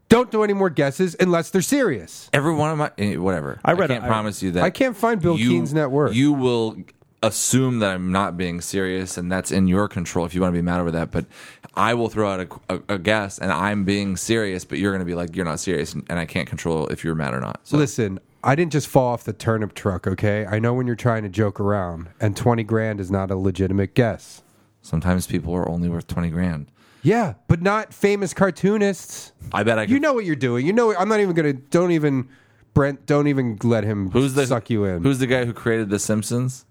C: don't do any more guesses unless they're serious.
A: Every one of my eh, whatever.
B: I read
A: I can't
B: a- I-
A: promise you that
C: I can't find Bill
A: you-
C: Keene's net worth.
A: You will assume that I'm not being serious, and that's in your control if you want to be mad over that. But I will throw out a, a, a guess, and I'm being serious, but you're going to be like, you're not serious, and I can't control if you're mad or not. So
C: Listen, I didn't just fall off the turnip truck, okay? I know when you're trying to joke around, and 20 grand is not a legitimate guess.
A: sometimes people are only worth twenty grand.
C: Yeah, but not famous cartoonists.
A: I bet I. Could,
C: You know what you're doing. You know, I'm not even going to, don't even, Brent, don't even let him
A: who's the
C: suck you in.
A: Who's the guy who created The Simpsons?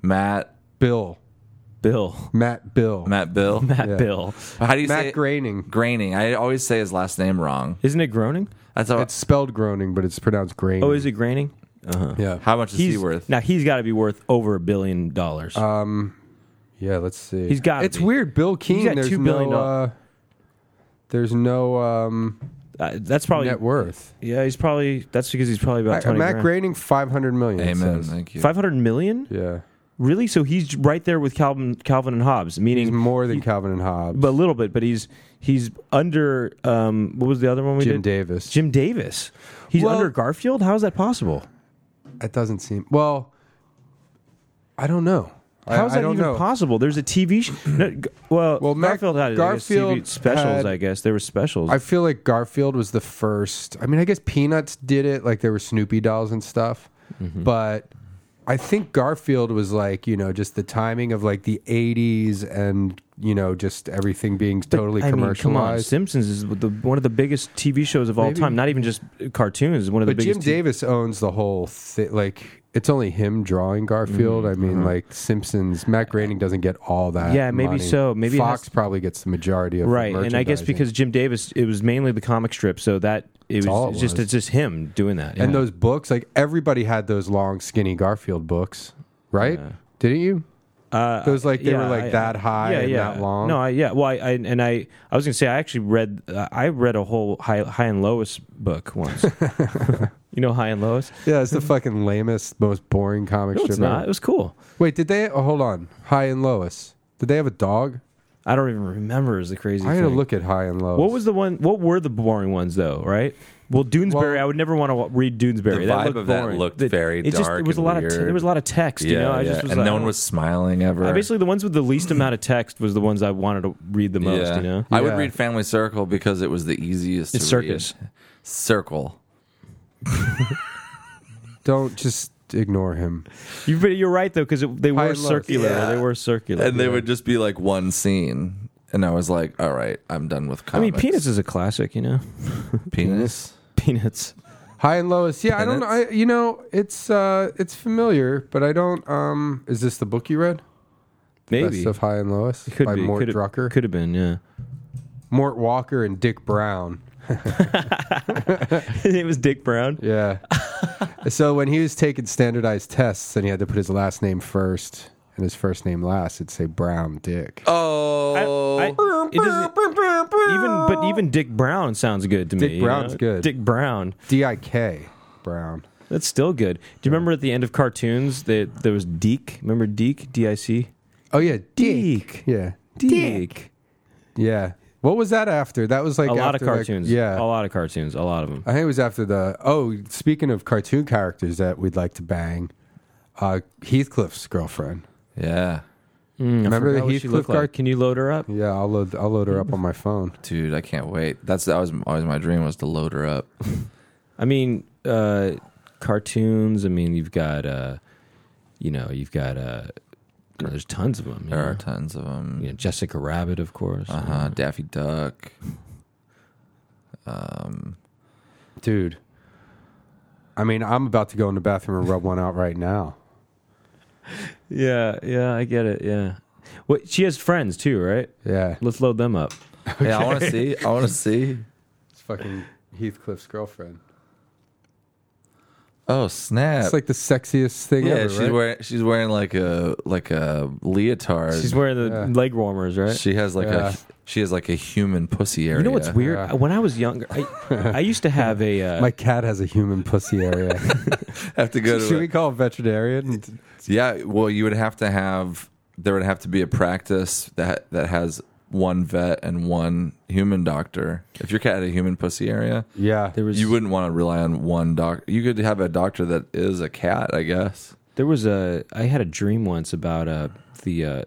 A: Matt
C: Bill?
B: Bill.
C: Matt Bill.
A: Matt Bill.
B: Matt
C: Yeah.
B: Bill.
A: How do you say
C: Matt
A: it?
C: Groening.
A: Graining. I always say his last name wrong.
B: Isn't it groaning?
A: That's how,
C: It's spelled Groening, but it's pronounced Groening.
B: Oh, is it graining? Uh-huh.
C: Yeah.
A: how much is he
B: He's
A: worth?
B: Now he's got to be worth over a billion dollars.
C: Um, yeah, let's see.
B: He's gotta
C: It's
B: be.
C: weird. Bill Keane.
B: got
C: there's
B: $2 billion
C: no. Uh, there's no um,
B: Uh, that's probably
C: net worth.
B: yeah. He's probably that's because he's probably about
C: Uh,
B: twenty.
C: Matt Groening, five hundred million. it
A: Amen.
C: says.
A: Thank you.
B: Five hundred million,
C: Yeah,
B: really? So he's right there with Calvin, Calvin and Hobbes, meaning
C: he's more than Calvin and Hobbes.
B: but a little bit. But he's he's under um, what was the other one we
C: Jim
B: did?
C: Davis.
B: Jim Davis. He's
C: Well-
B: under Garfield. How is that possible?
C: It doesn't seem. Well, I don't know. I-
B: How is
C: I,
B: that
C: don't
B: even
C: know.
B: possible? There's a TV show. No, g- well,
C: Well, Mac-
B: Garfield had I guess,
C: Garfield
B: TV specials.
C: had-
B: I guess there were specials.
C: I feel like Garfield was the first. I mean, I guess Peanuts did it, like there were Snoopy dolls and stuff.
B: Mm-hmm.
C: But I think Garfield was like, you know, just the timing of like the 80s and, you know, just everything being totally
B: I mean, come on,
C: commercialized.
B: Simpsons is the, one of the biggest TV shows of all
C: Maybe.
B: time. Not even just cartoons. One of the
C: but Jim
B: biggest. t-
C: Davis owns the whole thing. Like, it's only him drawing Garfield. I mean, like Simpsons. Matt Groening doesn't get all that.
B: Mm-hmm. Yeah, maybe
C: money.
B: so. Maybe it
C: Fox
B: has-
C: probably gets the majority of the
B: right, and I guess
C: merchandising.
B: because Jim Davis, it was mainly the comic strip, so that it was,
C: all it
B: just
C: was.
B: it's just him doing that.
C: and
B: yeah.
C: those books, like everybody had those long, skinny Garfield books, right? Didn't you?
B: Uh,
C: Those, like, they were,
B: yeah,
C: like,
B: I-
C: that high
B: yeah,
C: and
B: yeah.
C: that long?
B: No, I, yeah. Well, I, I and I, I was gonna say I actually read, uh, I read a whole high, high and Lois book once. you know, High and Lois.
C: Yeah, it's the fucking lamest, most boring comic
B: No,
C: strip.
B: it's not. It
C: ever.
B: was cool.
C: Wait, did they? Oh, hold on. High and Lois. Did they have a dog?
B: I don't even remember. Is the crazy.
C: I gotta
B: thing.
C: look at High and Lois.
B: What was the one? What were the boring ones though? Right. Well, Doonesbury.
C: Well-
B: I would never want to read Doonesbury.
A: The
B: that
A: vibe
B: looked
A: of that
B: boring.
A: looked
B: The-
A: very
B: it just,
A: dark
B: It was a
A: and
B: lot of
A: weird.
B: there was a lot of text. you know, I just was
A: and
B: like,
A: no
B: I
A: one
B: don't-
A: was smiling ever.
B: I basically, the ones with the least amount of text was the ones I wanted to read the most.
A: yeah.
B: You know,
A: I would
C: Yeah.
A: read Family Circle because it was the easiest.
B: It's
A: to
B: circus.
A: read. Circle.
C: Don't just ignore him.
B: You, but you're right though, because they
C: High
B: were
C: and lows.
B: circular.
A: Yeah.
B: They were circular.
A: And they would just be like one scene, and I was like, "All right, I'm done with
B: I
A: comics."
B: mean, Peanuts is a classic, you know.
A: penis.
B: Peanuts.
C: High and Lois. Yeah, I don't know. I,
A: Tenants?
C: you know, it's uh, it's familiar, but I don't. Um, is this the book you read?
B: Maybe
C: Best of High and Lois
B: could
C: by
B: be
C: Mort
B: could
C: Drucker,
B: Could have been. Yeah,
C: Mort Walker, and Dick Brown.
B: it was Dick Brown.
C: Yeah. so when he was taking standardized tests and he had to put his last name first and his first name last, it'd say Brown Dick.
A: Oh,
B: I- it doesn't- even but e even Dick Brown sounds good to me.
C: Dick
B: you know?
C: Brown's good.
B: Dick Brown.
C: D I K Brown.
B: That's still good. Do you remember at the end of cartoons that there was Deke? Remember Deke? D I C.
C: Oh yeah,
B: Deke.
C: Dick. Yeah.
B: Deke.
C: Yeah. What was that after? That was like
B: A lot of
C: after, like-
B: cartoons.
C: yeah.
B: a lot of cartoons. A lot of them.
C: I think it was after the Oh, speaking of cartoon characters that we'd like to bang, uh Heathcliff's girlfriend.
A: yeah,
C: Mm, Remember the
B: Forgot what she
C: Heathcliff
B: looked like.
C: cartoon?
B: Can you load her up?
C: Yeah, I'll load I'll load her up on my phone.
A: dude, I can't wait. That's that was always my dream was to load her up.
B: I mean, uh, cartoons. I mean, you've got, uh, you know, you've got. Uh, you know, there's tons of them. You
A: There are
B: know?
A: tons of them.
B: You know, Jessica Rabbit, of course.
A: Uh
C: Uh-huh.
A: huh. Daffy Duck. Um,
C: Dude. I mean, I'm about to go in the bathroom and rub one out right now.
B: Yeah, yeah, I get it. Yeah. Wait, she has friends too, right?
C: Yeah.
B: Let's load them up.
A: Yeah, I want to see. I want to see.
C: It's fucking Heathcliff's girlfriend.
A: Oh snap!
C: It's like the sexiest thing
A: yeah,
C: ever.
A: she's
C: right?
A: wearing she's wearing like a like a leotard.
B: She's wearing the
C: Yeah.
B: leg warmers, right?
A: she has like
C: Yeah.
A: a she has like a human pussy area.
B: you know what's weird?
C: Yeah.
B: When I was younger, I, I used to have a. Uh,
C: My cat has a human pussy area.
A: Have to go
C: Should
A: to
C: we
A: a,
C: call a veterinarian?
A: yeah. Well, you would have to have there would have to be a practice that that has one vet and one human doctor. If your cat had a human pussy area,
C: Yeah.
B: there was
A: you wouldn't want to rely on one doctor. You could have a doctor that is a cat, I guess.
B: There was a. I had a dream once about uh the uh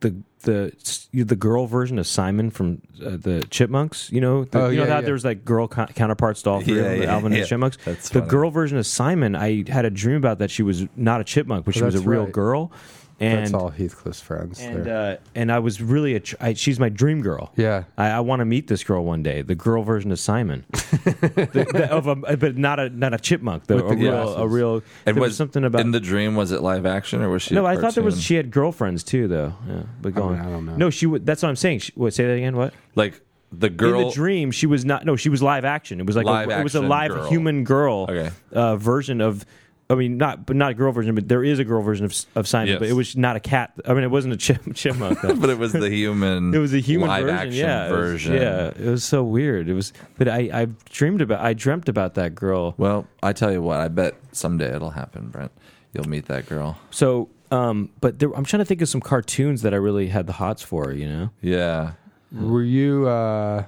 B: the the the girl version of Simon from uh, the Chipmunks. You know, the,
C: Oh,
B: you know
C: yeah,
B: that
C: yeah.
B: there was like girl co- counterparts to all three
A: Yeah,
B: of them, the
A: yeah,
B: Alvin and
A: yeah.
B: the Chipmunks.
A: That's
B: the
A: funny.
B: girl version of Simon. I had a dream about that she was not a chipmunk, but she was a
C: that's
B: real
C: right.
B: girl. And
C: That's all Heathcliff's friends.
B: and
C: there.
B: uh, and I was really a tr- I, she's my dream girl.
C: yeah.
B: I, I want to meet this girl one day. The girl version of Simon, The- the- of a, but not a not a chipmunk though. A
C: the
B: real,
C: glasses.
B: a real.
A: And
B: there
A: was,
B: was something about
A: in the dream was it live action or was she?
B: no.
A: I
B: I thought there was she had girlfriends too though. Yeah, but go
C: I mean,
B: on.
C: I don't know.
B: No, she. would. That's what I'm saying. She, what? Say that again. What?
A: like the
B: in
A: girl.
B: the dream she was not no she was live action it was like
A: Live
B: a, it was a
A: action
B: live
A: girl.
B: human girl
A: Okay.
B: uh, version of I mean not but not a girl version but there is a girl version of of Simon
A: Yes.
B: but it was not a cat I mean it wasn't a chim- chipmunk though.
A: but it was the human.
B: it was a human
A: live
B: version
A: action
B: yeah it was-
A: version.
B: yeah it was so weird it was but I I dreamed about I dreamt about that girl
A: Well, I tell you what, I bet someday it'll happen, Brent. You'll meet that girl.
B: so um but there, I'm trying to think of some cartoons that I really had the hots for you know
A: Yeah.
B: Mm.
C: Were you? uh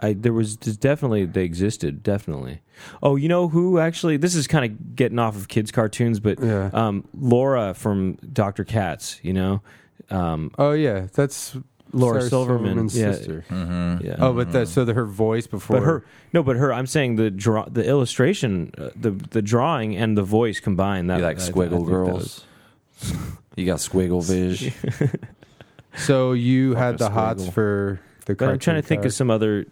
B: I there was there's definitely they existed definitely. Oh, you know who actually? This is kind of getting off of kids cartoons, but
C: Yeah.
B: um, Laura from Doctor Katz. You know, um,
C: Oh yeah, that's
B: Laura
C: Sarah
B: Silverman,
C: Silverman's
B: yeah.
C: sister.
B: yeah.
C: Oh, but that so the, her voice before
B: but her no, but her. I'm saying the draw the illustration, uh, the the drawing and the voice combined. That
A: You like
B: I- I
A: squiggle
B: think that was-
A: girls. You got squiggle vision.
C: So you had the
A: Fucking
C: hots
A: squiggle.
C: for the.
B: But I'm trying to think of some other.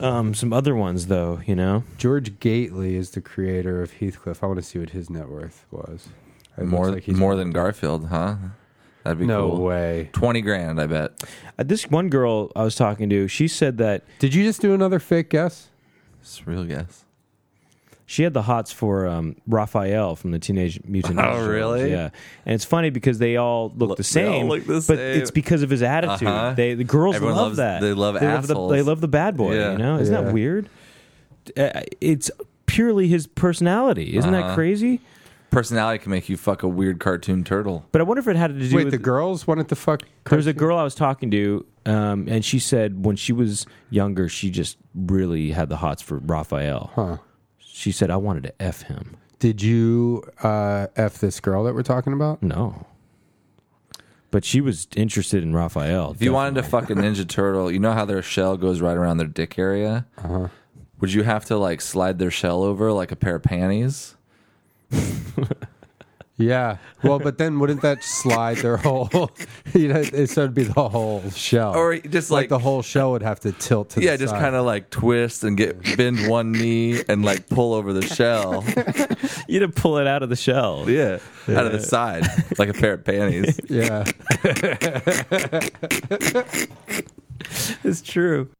B: Um, some other ones though, you know.
C: George Gately is the creator of Heathcliff. I want to see what his net worth was. It looks
A: More
C: like he's-
A: more than Garfield, huh? That'd be
C: no
A: cool.
C: way.
A: Twenty grand, I bet.
B: Uh, this one girl I was talking to, she said that
C: Did you just do another fake guess?
A: It's a real guess.
B: She had the hots for um, Raphael from the Teenage Mutant.
A: Oh,
B: Ninja Turtles,
A: really?
B: Yeah, and it's funny because they all look
A: Look-
B: the
A: they all
B: same,
A: look the
B: but
A: same.
B: it's because of his attitude.
A: Uh-huh.
B: They the girls
A: Everyone
B: love
A: loves-
B: that.
A: they love
B: the,
A: assholes.
B: they love the bad boy.
A: Yeah.
B: You know, isn't
C: Yeah.
B: that weird? Uh, It's purely his personality. Isn't that
A: Uh-huh.
B: crazy?
A: Personality can make you fuck a weird cartoon turtle.
B: But I wonder if it had to do
C: Wait,
B: with
C: the girls wanted to fuck.
B: There was a girl I was talking to, um, and she said when she was younger, she just really had the hots for Raphael.
C: Huh.
B: She said I wanted to f him.
C: Did you uh, f this girl that we're talking about?
B: No. But she was interested in Raphael.
A: If you wanted to fuck a Ninja Turtle, you know how their shell goes right around their dick area?
C: Uh-huh.
A: Would you have to like slide their shell over like a pair of panties?
C: Yeah. Well, but then wouldn't that slide their whole? you know, it so it'd be the whole shell,
A: Or just
C: like,
A: like-
C: the whole shell would have to tilt to.
A: Yeah,
C: the
A: just
C: side.
A: kind of like twist and get bend one knee and like pull over the shell.
B: you to pull it out of the shell.
A: Yeah, out of the side like a pair of panties.
C: Yeah.
B: It's true.